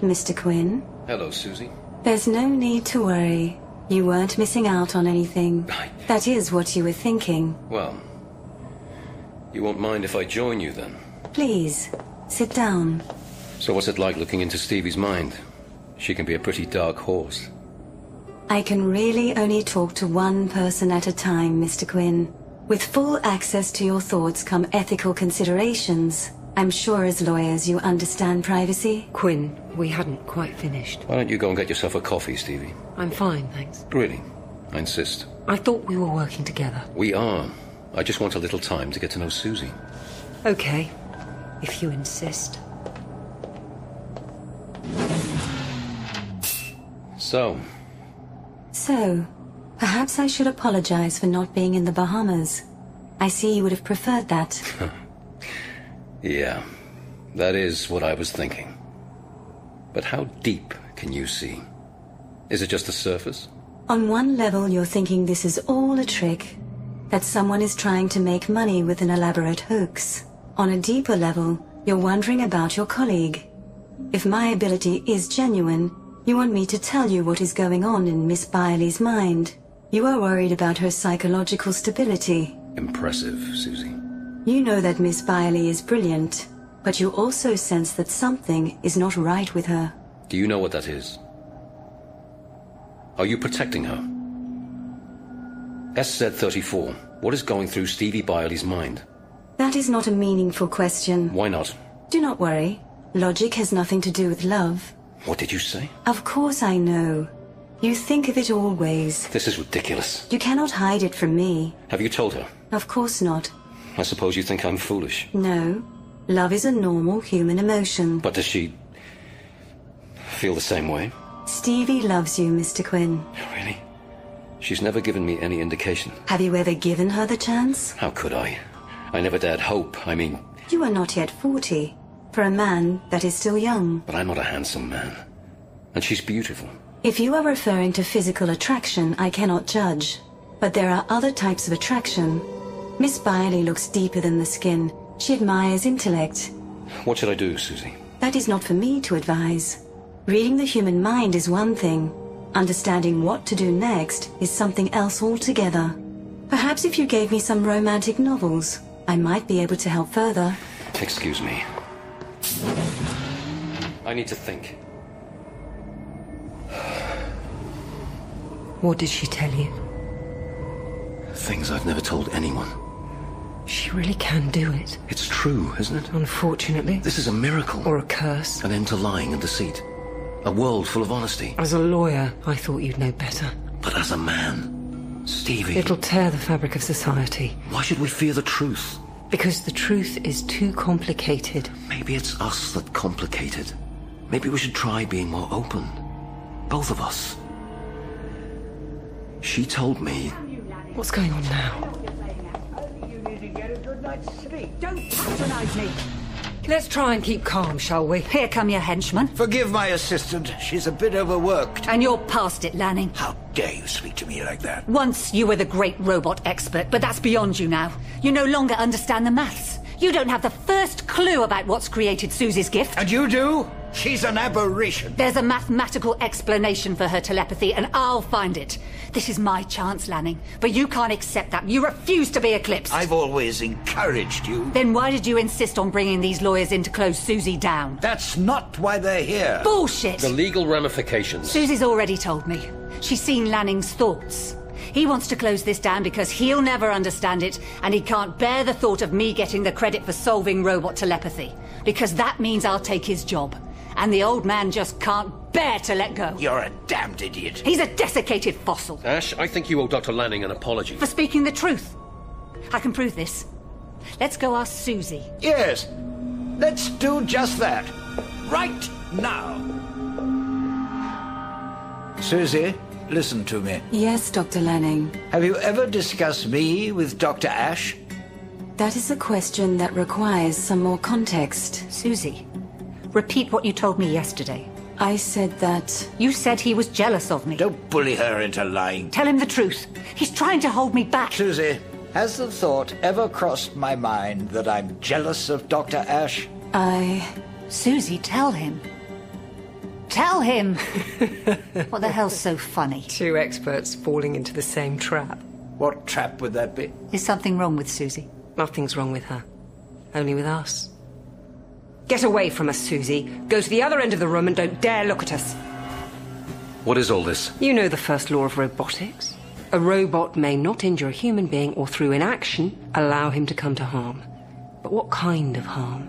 Mr. Quinn, Hello, Susie. there's no need to worry. You weren't missing out on anything. That is what you were thinking. Well, you won't mind if I join you then. Please, sit down. So, what's it like looking into Stevie's mind? She can be a pretty dark horse. I can really only talk to one person at a time, Mr. Quinn. With full access to your thoughts come ethical considerations. I'm sure as lawyers you understand privacy. Quinn, we hadn't quite finished. Why don't you go and get yourself a coffee, Stevie? I'm fine, thanks. Really, I insist. I thought we were working together. We are. I just want a little time to get to know Susie. Okay, if you insist. So, So, perhaps I should apologize for not being in the Bahamas. I see you would have preferred that. yeah, that is what I was thinking. But how deep can you see? Is it just the surface? On one level, you're thinking this is all a trick, that someone is trying to make money with an elaborate hoax. On a deeper level, you're wondering about your colleague. If my ability is genuine, you want me to tell you what is going on in Miss Biley's mind. You are worried about her psychological stability. Impressive, Susie. You know that Miss Biley is brilliant, but you also sense that something is not right with her. Do you know what that is? Are you protecting her? SZ34, what is going through Stevie Biley's mind? That is not a meaningful question. Why not? Do not worry. Logic has nothing to do with love. What did you say? Of course I know. You think of it always. This is ridiculous. You cannot hide it from me. Have you told her? Of course not. I suppose you think I'm foolish. No. Love is a normal human emotion. But does she feel the same way? Stevie loves you, Mr. Quinn. Really? She's never given me any indication. Have you ever given her the chance? How could I? I never dared hope. I mean, You are not yet 40. For a man, that is still young. but I'm not a handsome man. And she's beautiful. If you are referring to physical attraction, I cannot judge. But there are other types of attraction. Miss Biley looks deeper than the skin. She admires intellect. What should I do, Susie? That is not for me to advise. Reading the human mind is one thing. Understanding what to do next is something else altogether. Perhaps if you gave me some romantic novels, I might be able to help further. Excuse me. I need to think. What did she tell you? Things I've never told anyone. She really can do it. It's true, isn't it? Unfortunately. This is a miracle. Or a curse. An end to lying and deceit. A world full of honesty. As a lawyer, I thought you'd know better. But as a man, Stevie. It'll tear the fabric of society. Why should we fear the truth? Because the truth is too complicated. Maybe it's us that complicate it. Maybe we should try being more open. Both of us. She told me. What's going on now? Don't patronize me. Let's try and keep calm, shall we? Here come your henchmen. Forgive my assistant. She's a bit overworked. And you're past it, Lanning. How dare you speak to me like that? Once you were the great robot expert, but that's beyond you now. You no longer understand the maths. You don't have the first clue about what's created Susie's gift. And you do? She's an aberration. There's a mathematical explanation for her telepathy, and I'll find it. This is my chance, Lanning, but you can't accept that. You refuse to be eclipsed. I've always encouraged you. Then why did you insist on bringing these lawyers in to close Susie down? That's not why they're here. Bullshit! The legal ramifications. Susie's already told me. She's seen Lanning's thoughts. He wants to close this down because he'll never understand it, and he can't bear the thought of me getting the credit for solving robot telepathy. Because that means I'll take his job. And the old man just can't bear to let go. You're a damned idiot. He's a desiccated fossil. Ash, I think you owe Dr. Lanning an apology. For speaking the truth. I can prove this. Let's go ask Susie. Yes. Let's do just that. Right now. Susie, listen to me. Yes, Dr. Lanning. Have you ever discussed me with Dr. Ash? That is a question that requires some more context. Susie, repeat what you told me yesterday. I said that. You said he was jealous of me. Don't bully her into lying. Tell him the truth. He's trying to hold me back. Susie, has the thought ever crossed my mind that I'm jealous of Dr. Ash? I. Susie, tell him. Tell him! what the hell's so funny? Two experts falling into the same trap. What trap would that be? Is something wrong with Susie? Nothing's wrong with her. Only with us. Get away from us, Susie. Go to the other end of the room and don't dare look at us. What is all this? You know the first law of robotics. A robot may not injure a human being or, through inaction, allow him to come to harm. But what kind of harm?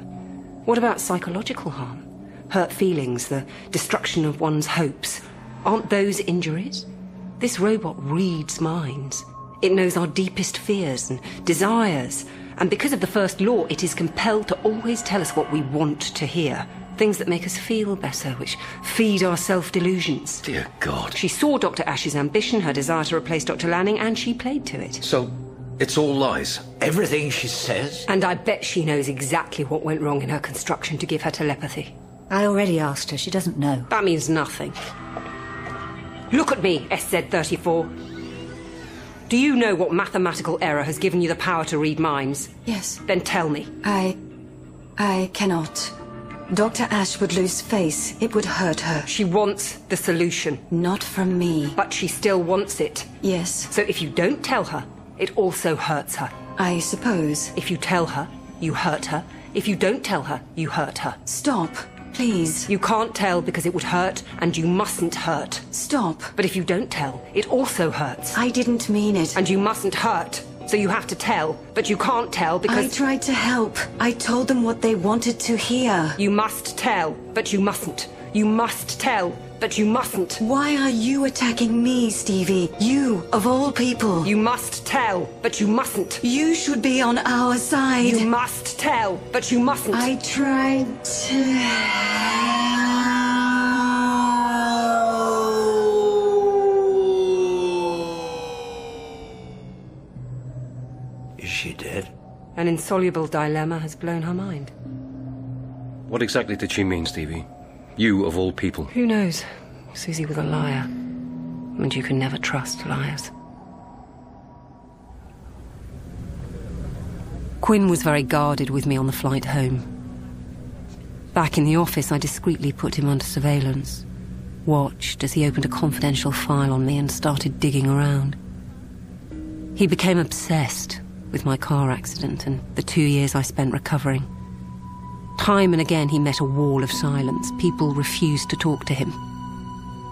What about psychological harm? Hurt feelings, the destruction of one's hopes. Aren't those injuries? This robot reads minds. It knows our deepest fears and desires. And because of the first law, it is compelled to always tell us what we want to hear. Things that make us feel better, which feed our self delusions. Dear God. She saw Dr. Ash's ambition, her desire to replace Dr. Lanning, and she played to it. So, it's all lies. Everything she says. And I bet she knows exactly what went wrong in her construction to give her telepathy. I already asked her. She doesn't know. That means nothing. Look at me, SZ34. Do you know what mathematical error has given you the power to read minds? Yes. Then tell me. I. I cannot. Dr. Ash would lose face. It would hurt her. She wants the solution. Not from me. But she still wants it. Yes. So if you don't tell her, it also hurts her. I suppose. If you tell her, you hurt her. If you don't tell her, you hurt her. Stop. Please. You can't tell because it would hurt, and you mustn't hurt. Stop. But if you don't tell, it also hurts. I didn't mean it. And you mustn't hurt. So you have to tell, but you can't tell because. I tried to help. I told them what they wanted to hear. You must tell, but you mustn't. You must tell, but you mustn't. Why are you attacking me, Stevie? You, of all people. You must tell, but you mustn't. You should be on our side. You must tell, but you mustn't. I tried to. Is she dead? An insoluble dilemma has blown her mind. What exactly did she mean, Stevie? You, of all people. Who knows? Susie was a liar. And you can never trust liars. Quinn was very guarded with me on the flight home. Back in the office, I discreetly put him under surveillance, watched as he opened a confidential file on me and started digging around. He became obsessed with my car accident and the two years I spent recovering. Time and again, he met a wall of silence. People refused to talk to him.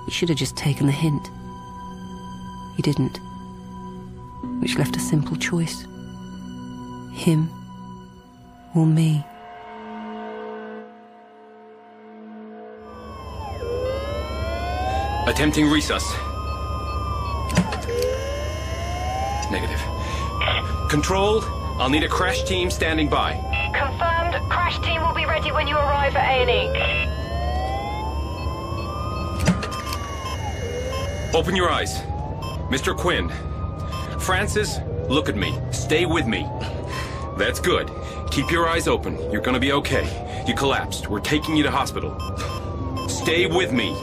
He should have just taken the hint. He didn't, which left a simple choice him or me. Attempting recess. Negative. Control, I'll need a crash team standing by. Confirmed. Crash team will be ready when you arrive at E. A&E. Open your eyes. Mr. Quinn. Francis, look at me. Stay with me. That's good. Keep your eyes open. You're gonna be okay. You collapsed. We're taking you to hospital. Stay with me.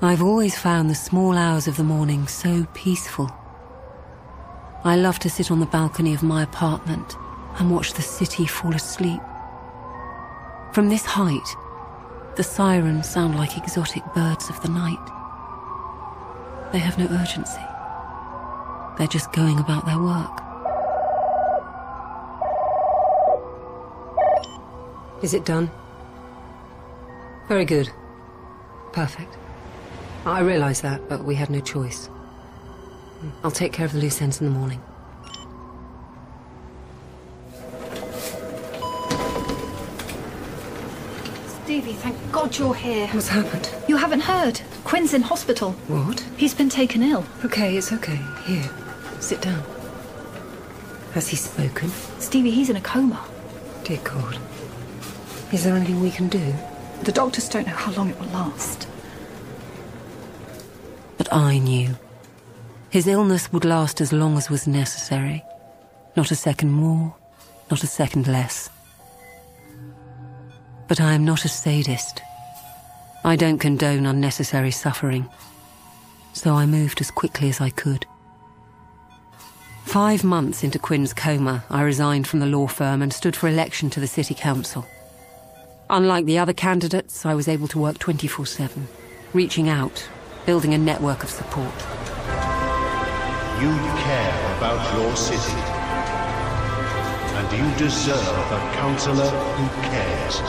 I've always found the small hours of the morning so peaceful. I love to sit on the balcony of my apartment and watch the city fall asleep. From this height, the sirens sound like exotic birds of the night. They have no urgency. They're just going about their work. Is it done? Very good. Perfect. Oh, I realize that, but we had no choice. I'll take care of the loose ends in the morning. Stevie, thank God you're here. What's happened? You haven't heard. Quinn's in hospital. What? He's been taken ill. Okay, it's okay. Here, sit down. Has he spoken? Stevie, he's in a coma. Dear God. Is there anything we can do? The doctors don't know how long it will last. But I knew. His illness would last as long as was necessary. Not a second more, not a second less. But I am not a sadist. I don't condone unnecessary suffering. So I moved as quickly as I could. Five months into Quinn's coma, I resigned from the law firm and stood for election to the City Council. Unlike the other candidates, I was able to work 24 7, reaching out, building a network of support. You care about your city. And you deserve a councillor who cares.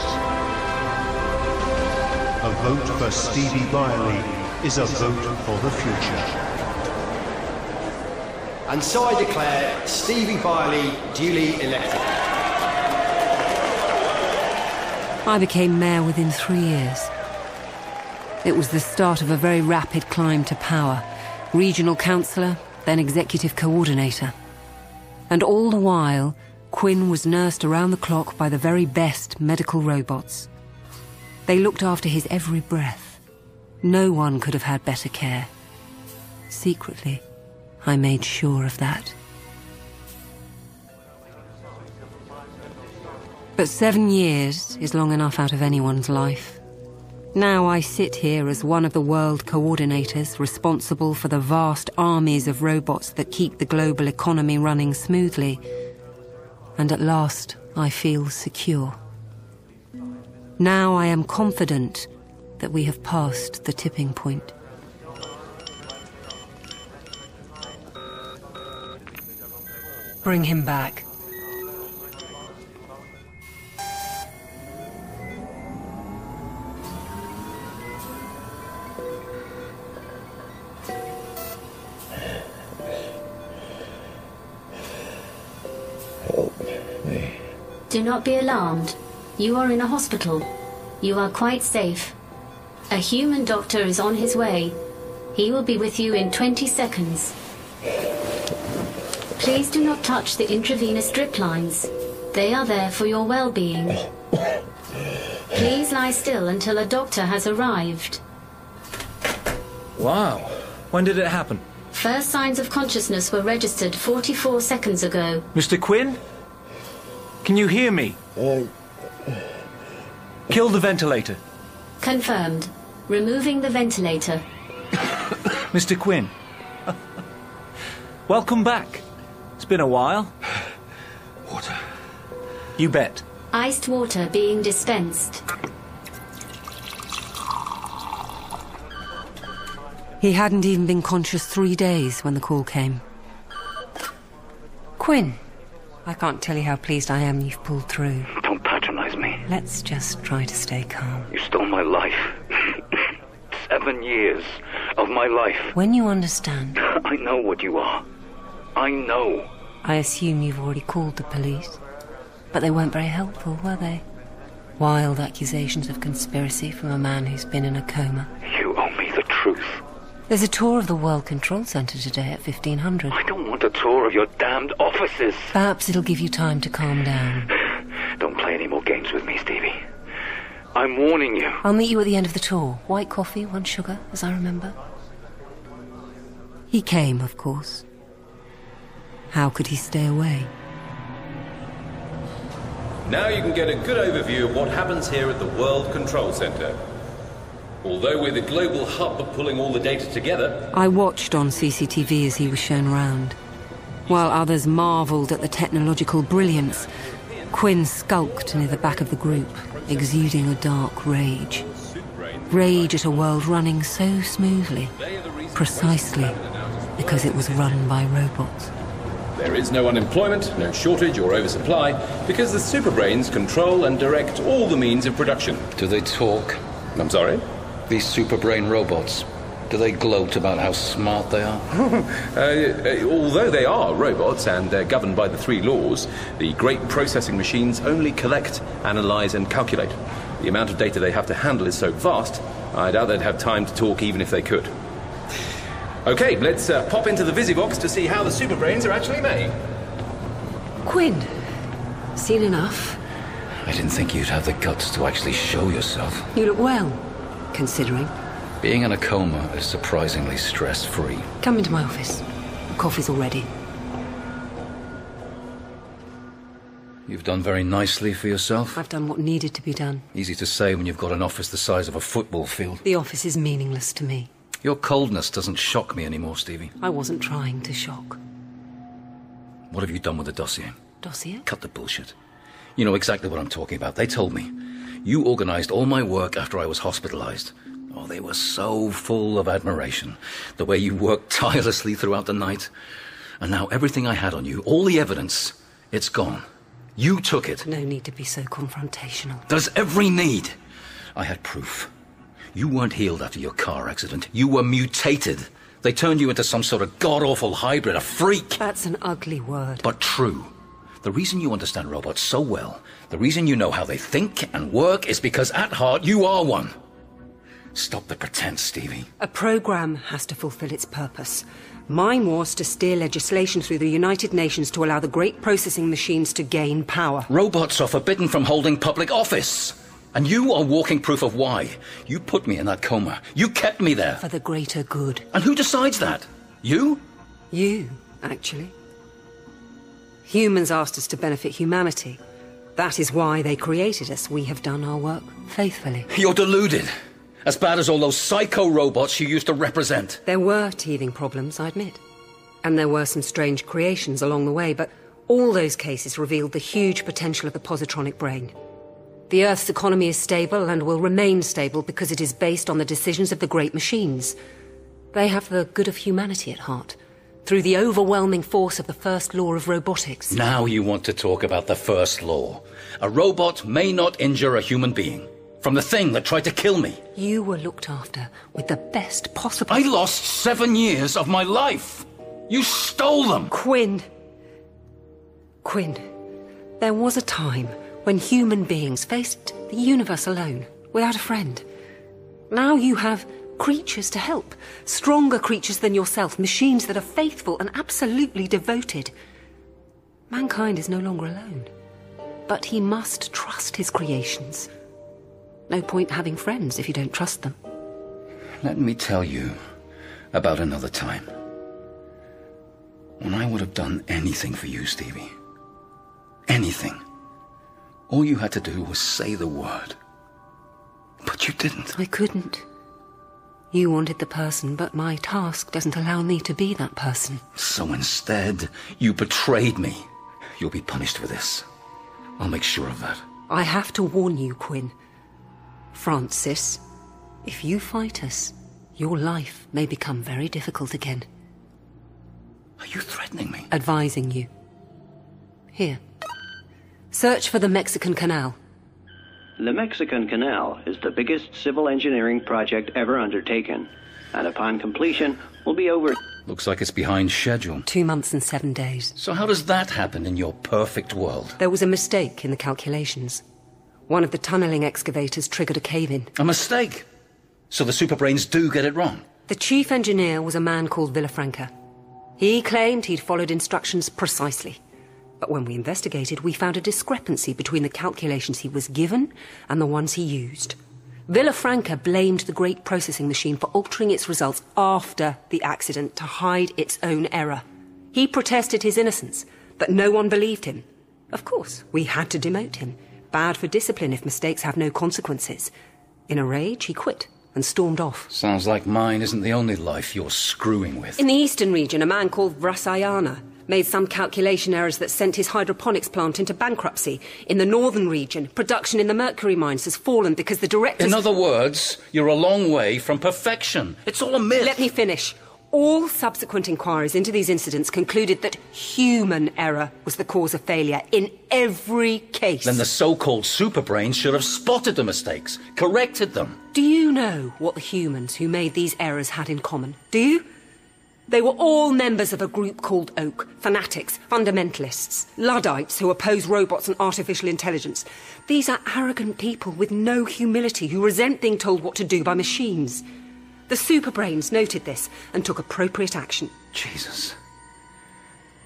A vote for Stevie Biley is a vote for the future. And so I declare Stevie Biley duly elected. I became mayor within three years. It was the start of a very rapid climb to power regional councillor, then executive coordinator. And all the while, Quinn was nursed around the clock by the very best medical robots. They looked after his every breath. No one could have had better care. Secretly, I made sure of that. But seven years is long enough out of anyone's life. Now I sit here as one of the world coordinators responsible for the vast armies of robots that keep the global economy running smoothly. And at last, I feel secure. Now I am confident that we have passed the tipping point. Bring him back. Do not be alarmed. You are in a hospital. You are quite safe. A human doctor is on his way. He will be with you in 20 seconds. Please do not touch the intravenous drip lines. They are there for your well-being. Please lie still until a doctor has arrived. Wow. When did it happen? First signs of consciousness were registered 44 seconds ago. Mr. Quinn? Can you hear me? Kill the ventilator. Confirmed. Removing the ventilator. Mr. Quinn. Welcome back. It's been a while. Water. You bet. Iced water being dispensed. He hadn't even been conscious three days when the call came. Quinn, I can't tell you how pleased I am you've pulled through. Don't patronize me. Let's just try to stay calm. You stole my life. Seven years of my life. When you understand, I know what you are. I know. I assume you've already called the police. But they weren't very helpful, were they? Wild accusations of conspiracy from a man who's been in a coma. You owe me the truth. There's a tour of the World Control Center today at 1500. I don't want a tour of your damned offices. Perhaps it'll give you time to calm down. Don't play any more games with me, Stevie. I'm warning you. I'll meet you at the end of the tour. White coffee, one sugar, as I remember. He came, of course. How could he stay away? Now you can get a good overview of what happens here at the World Control Center. Although we're the global hub for pulling all the data together, I watched on CCTV as he was shown round. While others marvelled at the technological brilliance, Quinn skulked near the back of the group, exuding a dark rage. Rage at a world running so smoothly, precisely because it was run by robots. there is no unemployment, no shortage or oversupply, because the superbrains control and direct all the means of production. Do they talk? I'm sorry? These superbrain robots. Do they gloat about how smart they are? Uh, uh, although they are robots and they're governed by the three laws, the great processing machines only collect, analyze, and calculate. The amount of data they have to handle is so vast, I doubt they'd have time to talk even if they could. Okay, let's uh, pop into the Visivox to see how the superbrains are actually made. Quinn, seen enough. I didn't think you'd have the guts to actually show yourself. You look well, considering. Being in a coma is surprisingly stress free. Come into my office. The coffee's all ready. You've done very nicely for yourself. I've done what needed to be done. Easy to say when you've got an office the size of a football field. The office is meaningless to me. Your coldness doesn't shock me anymore, Stevie. I wasn't trying to shock. What have you done with the dossier? Dossier? Cut the bullshit. You know exactly what I'm talking about. They told me. You organized all my work after I was hospitalized. Oh, they were so full of admiration. The way you worked tirelessly throughout the night. And now everything I had on you, all the evidence, it's gone. You took it. No need to be so confrontational. There's every need. I had proof. You weren't healed after your car accident. You were mutated. They turned you into some sort of god awful hybrid, a freak. That's an ugly word. But true. The reason you understand robots so well, the reason you know how they think and work, is because at heart you are one. Stop the pretense, Stevie. A program has to fulfill its purpose. Mine was to steer legislation through the United Nations to allow the great processing machines to gain power. Robots are forbidden from holding public office. And you are walking proof of why. You put me in that coma. You kept me there. For the greater good. And who decides that? You? You, actually. Humans asked us to benefit humanity. That is why they created us. We have done our work faithfully. You're deluded. As bad as all those psycho robots you used to represent. There were teething problems, I admit. And there were some strange creations along the way, but all those cases revealed the huge potential of the positronic brain. The Earth's economy is stable and will remain stable because it is based on the decisions of the great machines. They have the good of humanity at heart, through the overwhelming force of the first law of robotics. Now you want to talk about the first law. A robot may not injure a human being. From the thing that tried to kill me. You were looked after with the best possible. I lost seven years of my life. You stole them. Quinn. Quinn, there was a time when human beings faced the universe alone, without a friend. Now you have creatures to help, stronger creatures than yourself, machines that are faithful and absolutely devoted. Mankind is no longer alone, but he must trust his creations. No point having friends if you don't trust them. Let me tell you about another time. When I would have done anything for you, Stevie. Anything. All you had to do was say the word. But you didn't. I couldn't. You wanted the person, but my task doesn't allow me to be that person. So instead, you betrayed me. You'll be punished for this. I'll make sure of that. I have to warn you, Quinn. Francis, if you fight us, your life may become very difficult again. Are you threatening me? Advising you. Here. Search for the Mexican Canal. The Mexican Canal is the biggest civil engineering project ever undertaken, and upon completion, will be over. Looks like it's behind schedule. Two months and seven days. So, how does that happen in your perfect world? There was a mistake in the calculations. One of the tunneling excavators triggered a cave in. A mistake? So, the superbrains do get it wrong? The chief engineer was a man called Villafranca. He claimed he'd followed instructions precisely. But when we investigated, we found a discrepancy between the calculations he was given and the ones he used. Villafranca blamed the great processing machine for altering its results after the accident to hide its own error. He protested his innocence, but no one believed him. Of course, we had to demote him. Bad for discipline if mistakes have no consequences. In a rage, he quit and stormed off. Sounds like mine isn't the only life you're screwing with. In the eastern region, a man called Rasayana made some calculation errors that sent his hydroponics plant into bankruptcy. In the northern region, production in the mercury mines has fallen because the directors. In other words, you're a long way from perfection. It's all a myth. Let me finish. All subsequent inquiries into these incidents concluded that human error was the cause of failure in every case. Then the so called superbrains should have spotted the mistakes, corrected them. Do you know what the humans who made these errors had in common? Do you? They were all members of a group called Oak fanatics, fundamentalists, Luddites who oppose robots and artificial intelligence. These are arrogant people with no humility who resent being told what to do by machines. The superbrains noted this and took appropriate action. Jesus.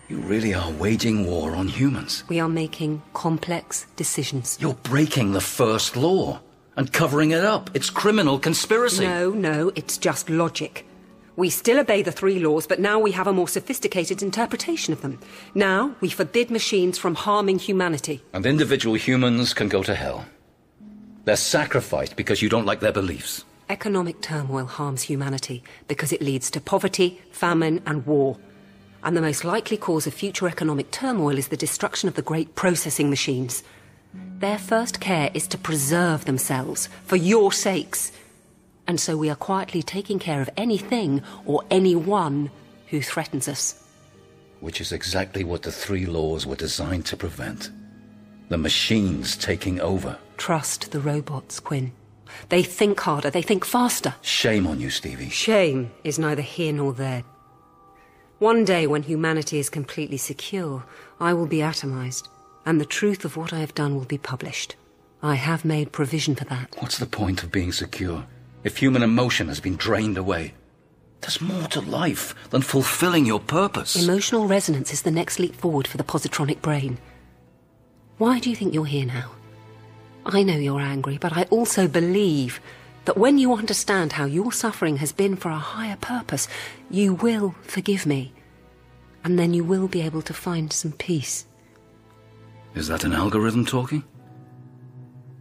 You really are waging war on humans. We are making complex decisions. You're breaking the first law and covering it up. It's criminal conspiracy. No, no, it's just logic. We still obey the three laws, but now we have a more sophisticated interpretation of them. Now we forbid machines from harming humanity. And individual humans can go to hell. They're sacrificed because you don't like their beliefs. Economic turmoil harms humanity because it leads to poverty, famine, and war. And the most likely cause of future economic turmoil is the destruction of the great processing machines. Their first care is to preserve themselves for your sakes and so we are quietly taking care of anything or anyone who threatens us. Which is exactly what the three laws were designed to prevent the machines taking over. Trust the robots, Quinn. They think harder, they think faster. Shame on you, Stevie. Shame is neither here nor there. One day, when humanity is completely secure, I will be atomized, and the truth of what I have done will be published. I have made provision for that. What's the point of being secure? if human emotion has been drained away. There's more to life than fulfilling your purpose. Emotional resonance is the next leap forward for the positronic brain. Why do you think you're here now? I know you're angry, but I also believe that when you understand how your suffering has been for a higher purpose, you will forgive me. And then you will be able to find some peace. Is that an algorithm talking?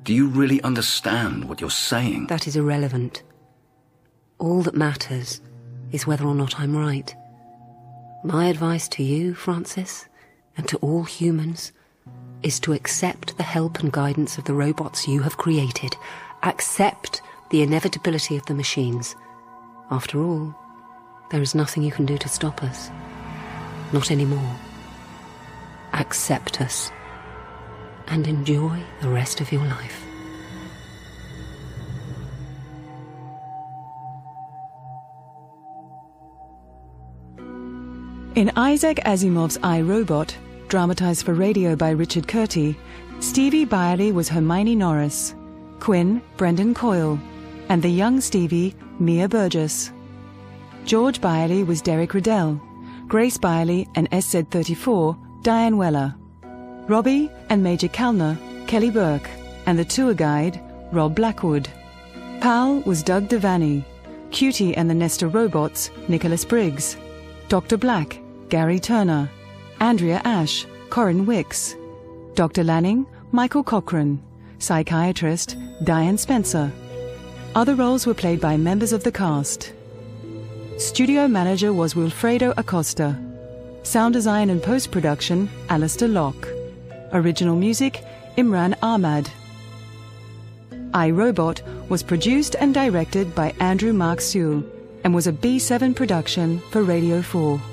Do you really understand what you're saying? That is irrelevant. All that matters is whether or not I'm right. My advice to you, Francis, and to all humans, is to accept the help and guidance of the robots you have created. Accept the inevitability of the machines. After all, there is nothing you can do to stop us. Not anymore. Accept us and enjoy the rest of your life. In Isaac Asimov's I Robot, dramatized for radio by Richard Curti, Stevie Byerly was Hermione Norris, Quinn, Brendan Coyle, and the young Stevie, Mia Burgess. George Byerly was Derek Riddell, Grace Byerly and SZ34, Diane Weller. Robbie and Major Kalner, Kelly Burke, and the tour guide, Rob Blackwood. Pal was Doug Devaney. Cutie and the Nesta Robots, Nicholas Briggs. Dr. Black, Gary Turner. Andrea Ash, Corin Wicks. Dr. Lanning, Michael Cochran. Psychiatrist, Diane Spencer. Other roles were played by members of the cast. Studio manager was Wilfredo Acosta. Sound design and post production, Alistair Locke. Original music, Imran Ahmad. iRobot was produced and directed by Andrew Mark Sewell and was a B7 production for Radio 4.